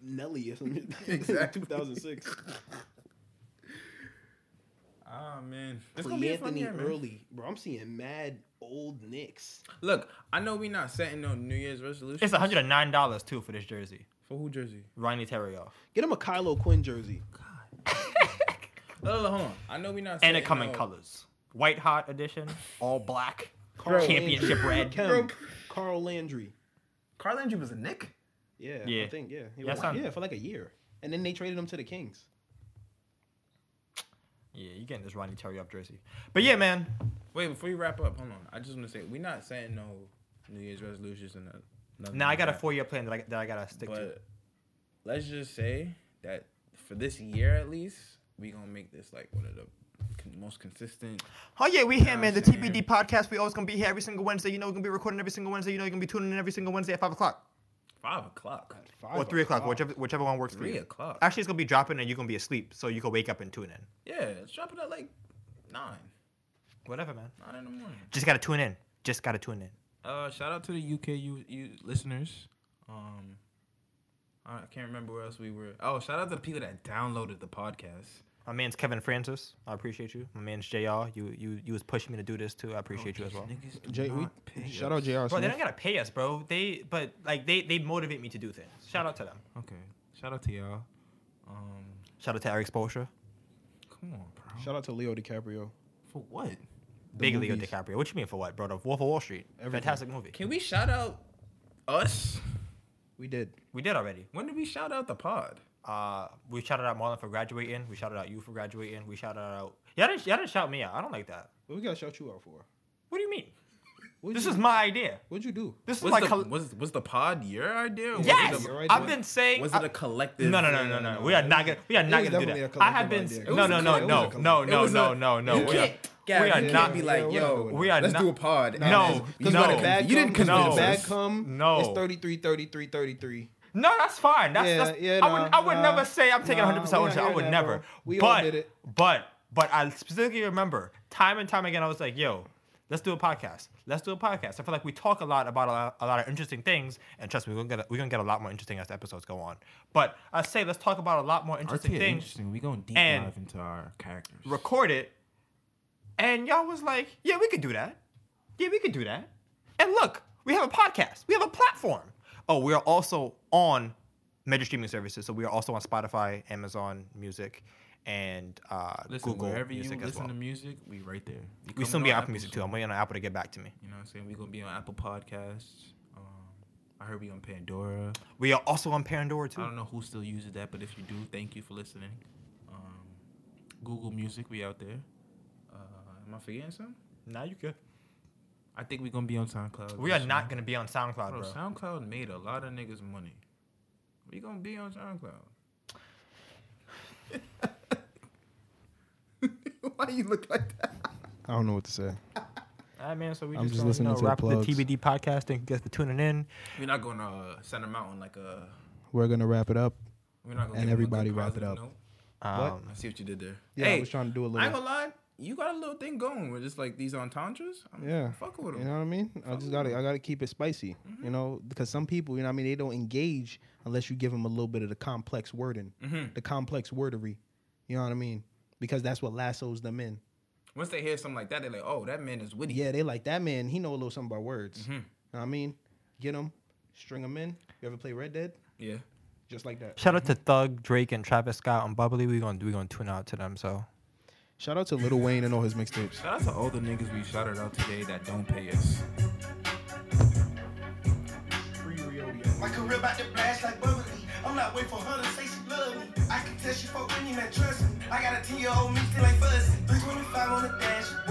Speaker 1: Nelly or something.
Speaker 3: Exactly.
Speaker 1: 2006.
Speaker 4: Ah man, it's gonna
Speaker 1: Lee
Speaker 4: be a fun
Speaker 1: Anthony
Speaker 4: year, man.
Speaker 1: early, bro. I'm seeing mad old Knicks.
Speaker 4: Look, I know we not setting no New Year's resolution.
Speaker 2: It's $109 too for this jersey.
Speaker 4: for who jersey?
Speaker 2: Ronnie Terioff.
Speaker 1: Get him a Kylo Quinn jersey.
Speaker 4: Oh, hold on. I know we not.
Speaker 2: And
Speaker 4: setting
Speaker 2: it come in
Speaker 4: no-
Speaker 2: colors. White hot edition, all black,
Speaker 1: Carl
Speaker 2: championship red.
Speaker 1: Kem, Carl Landry.
Speaker 4: Carl Andrew was a Nick.
Speaker 1: Yeah, I
Speaker 2: Yeah.
Speaker 1: think yeah. He
Speaker 2: That
Speaker 1: was-
Speaker 2: sound-
Speaker 1: yeah, for like a year, and then they traded him to the Kings.
Speaker 2: Yeah, you getting this Ronnie Terioff jersey. But yeah, man.
Speaker 4: Wait, before you wrap up, hold on. I just want to say we not setting no New Year's resolutions and no- nothing
Speaker 2: Now I
Speaker 4: like
Speaker 2: got a
Speaker 4: that.
Speaker 2: four year plan that I, that I gotta stick to.
Speaker 4: But let's just say that for this year at least, we gonna make this like one of the con- most consistent.
Speaker 2: Oh yeah, we here, man. The
Speaker 4: Nah, same
Speaker 2: TBD
Speaker 4: here.
Speaker 2: podcast. We always gonna be here every single Wednesday. You know, we're gonna be recording every single Wednesday. You know, you're gonna be tuning in every single Wednesday at five o'clock
Speaker 4: Five o'clock.
Speaker 1: Five
Speaker 2: or three o'clock, whichever whichever one works for
Speaker 4: Three
Speaker 2: you.
Speaker 4: o'clock.
Speaker 2: Actually, it's gonna be dropping, and you're gonna be asleep, so you can wake up and tune in.
Speaker 4: Yeah, let's drop it at like nine,
Speaker 2: Whatever, man.
Speaker 4: nine in the morning.
Speaker 2: Just gotta tune in. Just gotta tune in.
Speaker 4: Uh, shout out to the UK you, you listeners. Um, I can't remember where else we were. Oh, shout out to the people that downloaded the podcast.
Speaker 2: My man's Kevin Francis. I appreciate you. My man's Jr. You you you was pushing me to do this too. I
Speaker 1: Oh,
Speaker 2: appreciate you as well.
Speaker 4: Niggas do
Speaker 1: J- we,
Speaker 4: not pay
Speaker 1: shout
Speaker 4: us.
Speaker 1: out J.R.
Speaker 2: Bro, they
Speaker 1: Smith.
Speaker 2: don't gotta pay us, bro. They but like they they motivate me to do things. Shout out to them.
Speaker 4: Okay, shout out to y'all. Um,
Speaker 2: Shout out to Eric Spolstra,
Speaker 4: come on, bro.
Speaker 1: Shout out to Leo DiCaprio.
Speaker 4: For what?
Speaker 2: Big Leo
Speaker 1: movies.
Speaker 2: DiCaprio. What you mean for what, bro? The Wolf of Wall Street.
Speaker 1: Everything.
Speaker 2: Fantastic movie.
Speaker 4: Can we shout out us?
Speaker 1: We did.
Speaker 2: We did already.
Speaker 4: When did we shout out the pod?
Speaker 2: Uh, we shouted out Marlon for graduating. We shouted out you for graduating. We shouted out. Y'all didn't, y'all didn't shout me out. I don't like that.
Speaker 1: What we gotta shout you out for?
Speaker 2: What do you mean?
Speaker 1: What'd
Speaker 2: This
Speaker 1: you,
Speaker 2: is my idea.
Speaker 1: what'd you do?
Speaker 2: This is
Speaker 4: Was,
Speaker 2: like.
Speaker 4: the,
Speaker 2: coll-
Speaker 4: was, was the pod your idea? or was
Speaker 2: yes,
Speaker 4: it a-
Speaker 1: Your idea.
Speaker 2: I've been saying.
Speaker 4: Was
Speaker 2: I-
Speaker 4: it a collective?
Speaker 2: no, no, no, no, no, no. We are not gonna. We are not
Speaker 1: was
Speaker 2: gonna do
Speaker 1: definitely
Speaker 2: that.
Speaker 1: a
Speaker 2: I have been.
Speaker 1: collective idea.
Speaker 2: No,
Speaker 1: It
Speaker 2: no,
Speaker 1: was
Speaker 2: no,
Speaker 1: a
Speaker 2: no,
Speaker 1: collective-
Speaker 2: no,
Speaker 1: it
Speaker 2: no,
Speaker 4: was
Speaker 2: no,
Speaker 4: a-
Speaker 2: no, no.
Speaker 4: You
Speaker 2: We are-
Speaker 4: can't, Gavin,
Speaker 2: we are
Speaker 4: you can't
Speaker 2: not-
Speaker 4: be like,
Speaker 1: Yeah, we're not
Speaker 4: yo,
Speaker 1: doing
Speaker 2: We are
Speaker 4: let's
Speaker 2: not.
Speaker 4: do a pod. and
Speaker 2: No,
Speaker 4: it's- you
Speaker 2: no.
Speaker 4: gotta conv-
Speaker 2: Bad
Speaker 4: you didn't
Speaker 1: come,
Speaker 4: convince
Speaker 2: no.
Speaker 4: us.
Speaker 1: Bad come.
Speaker 2: No.
Speaker 1: It's 33, 33, 33.
Speaker 2: No, that's fine. That's,
Speaker 1: Yeah,
Speaker 2: that's
Speaker 1: yeah,
Speaker 2: I would,
Speaker 1: nah,
Speaker 2: I would
Speaker 1: nah,
Speaker 2: never say I'm taking
Speaker 1: nah,
Speaker 2: 100%
Speaker 1: we not
Speaker 2: ownership. I
Speaker 1: hearing
Speaker 2: would
Speaker 1: that,
Speaker 2: never.
Speaker 1: bro. We all
Speaker 2: but,
Speaker 1: did it.
Speaker 2: But, but I specifically remember time and time again, I was like, yo, let's do a podcast. Let's do a podcast. I feel like we talk a lot about a lot, a lot of interesting things. And trust me, we're going to we're gonna get a lot more interesting as the episodes go on. But I say, let's talk about a lot more interesting things,
Speaker 4: We going deep
Speaker 2: And- dive
Speaker 4: into our characters.
Speaker 2: record it. And y'all was like, yeah, we could do that. Yeah, we could do that. And look, we have a podcast. We have a platform. Oh, we are also on major streaming services. So we are also on Spotify, Amazon Music, and uh,
Speaker 4: listen,
Speaker 2: Google
Speaker 4: wherever you
Speaker 2: Music as
Speaker 4: listen
Speaker 2: well.
Speaker 4: to music, we right there.
Speaker 2: we
Speaker 4: coming
Speaker 2: soon be
Speaker 4: on
Speaker 2: on Apple Music too. I'm waiting on Apple to get back to me.
Speaker 4: You know what I'm saying? We gonna be on Apple Podcasts. Um, I heard we on Pandora.
Speaker 2: We are also on Pandora
Speaker 4: I
Speaker 2: too.
Speaker 4: don't know who still uses that, but if you do, thank you for listening. Um, Google Music, we out there. Uh, am I forgetting something?
Speaker 2: Now you could.
Speaker 4: I think we gonna be on SoundCloud.
Speaker 2: We are
Speaker 4: this
Speaker 2: not
Speaker 4: year.
Speaker 2: going to be on SoundCloud,
Speaker 4: Bro,
Speaker 2: bro.
Speaker 4: SoundCloud made a lot of niggas money. We gonna be on SoundCloud.
Speaker 3: Why you look like that?
Speaker 1: I don't know what to say.
Speaker 2: All right, man. So we
Speaker 1: I'm
Speaker 2: just,
Speaker 1: just
Speaker 2: gonna,
Speaker 1: listening
Speaker 2: you know,
Speaker 1: to the
Speaker 2: wrap the
Speaker 1: plugs.
Speaker 2: TBD podcast. Thank you guys for tuning in.
Speaker 4: We're not gonna uh, send them out on like a.
Speaker 1: We're gonna wrap it up.
Speaker 4: We're not gonna.
Speaker 1: And
Speaker 4: give 'em a good
Speaker 1: everybody wrap it
Speaker 4: positive
Speaker 1: up.
Speaker 4: note.
Speaker 2: Um,
Speaker 4: I see what you did there.
Speaker 1: Yeah, I
Speaker 4: hey,
Speaker 1: was trying to do a
Speaker 4: I
Speaker 1: little.
Speaker 4: ain't gonna lie. you got a little thing going with just like these entendres. I'm
Speaker 1: Yeah.
Speaker 4: fuck with Mm-hmm.
Speaker 1: You
Speaker 4: them.
Speaker 1: know what I mean? I just gotta I gotta keep it spicy. You know, because some people, you know, what I mean, they don't engage unless you give them a little bit of the complex wording,
Speaker 4: Mm-hmm.
Speaker 1: the complex wordery. You know what I mean? Because that's what lassos them in.
Speaker 4: Once they hear something like that, they're like, "Oh, that man is witty."
Speaker 1: Yeah, they like that man. He know a little something about words.
Speaker 4: Mm-hmm.
Speaker 1: You know what I mean? Get him, string him in. You ever play Red Dead?
Speaker 4: yeah.
Speaker 1: Just like that.
Speaker 2: Shout out to Thug, Drake, and Travis Scott on Bubbly. We gonna we gonna tune out to them. So
Speaker 1: Shout out to Lil Wayne and all his mixtapes.
Speaker 4: Shout out to all the niggas we shouted out today that don't pay us.
Speaker 8: My career about to blast like bubbly. I'm not waiting for her to say she love me. I can tell she fuck with me, man, trust me. I got a 10 year old me still ain't fussy. 325 on the dashboard.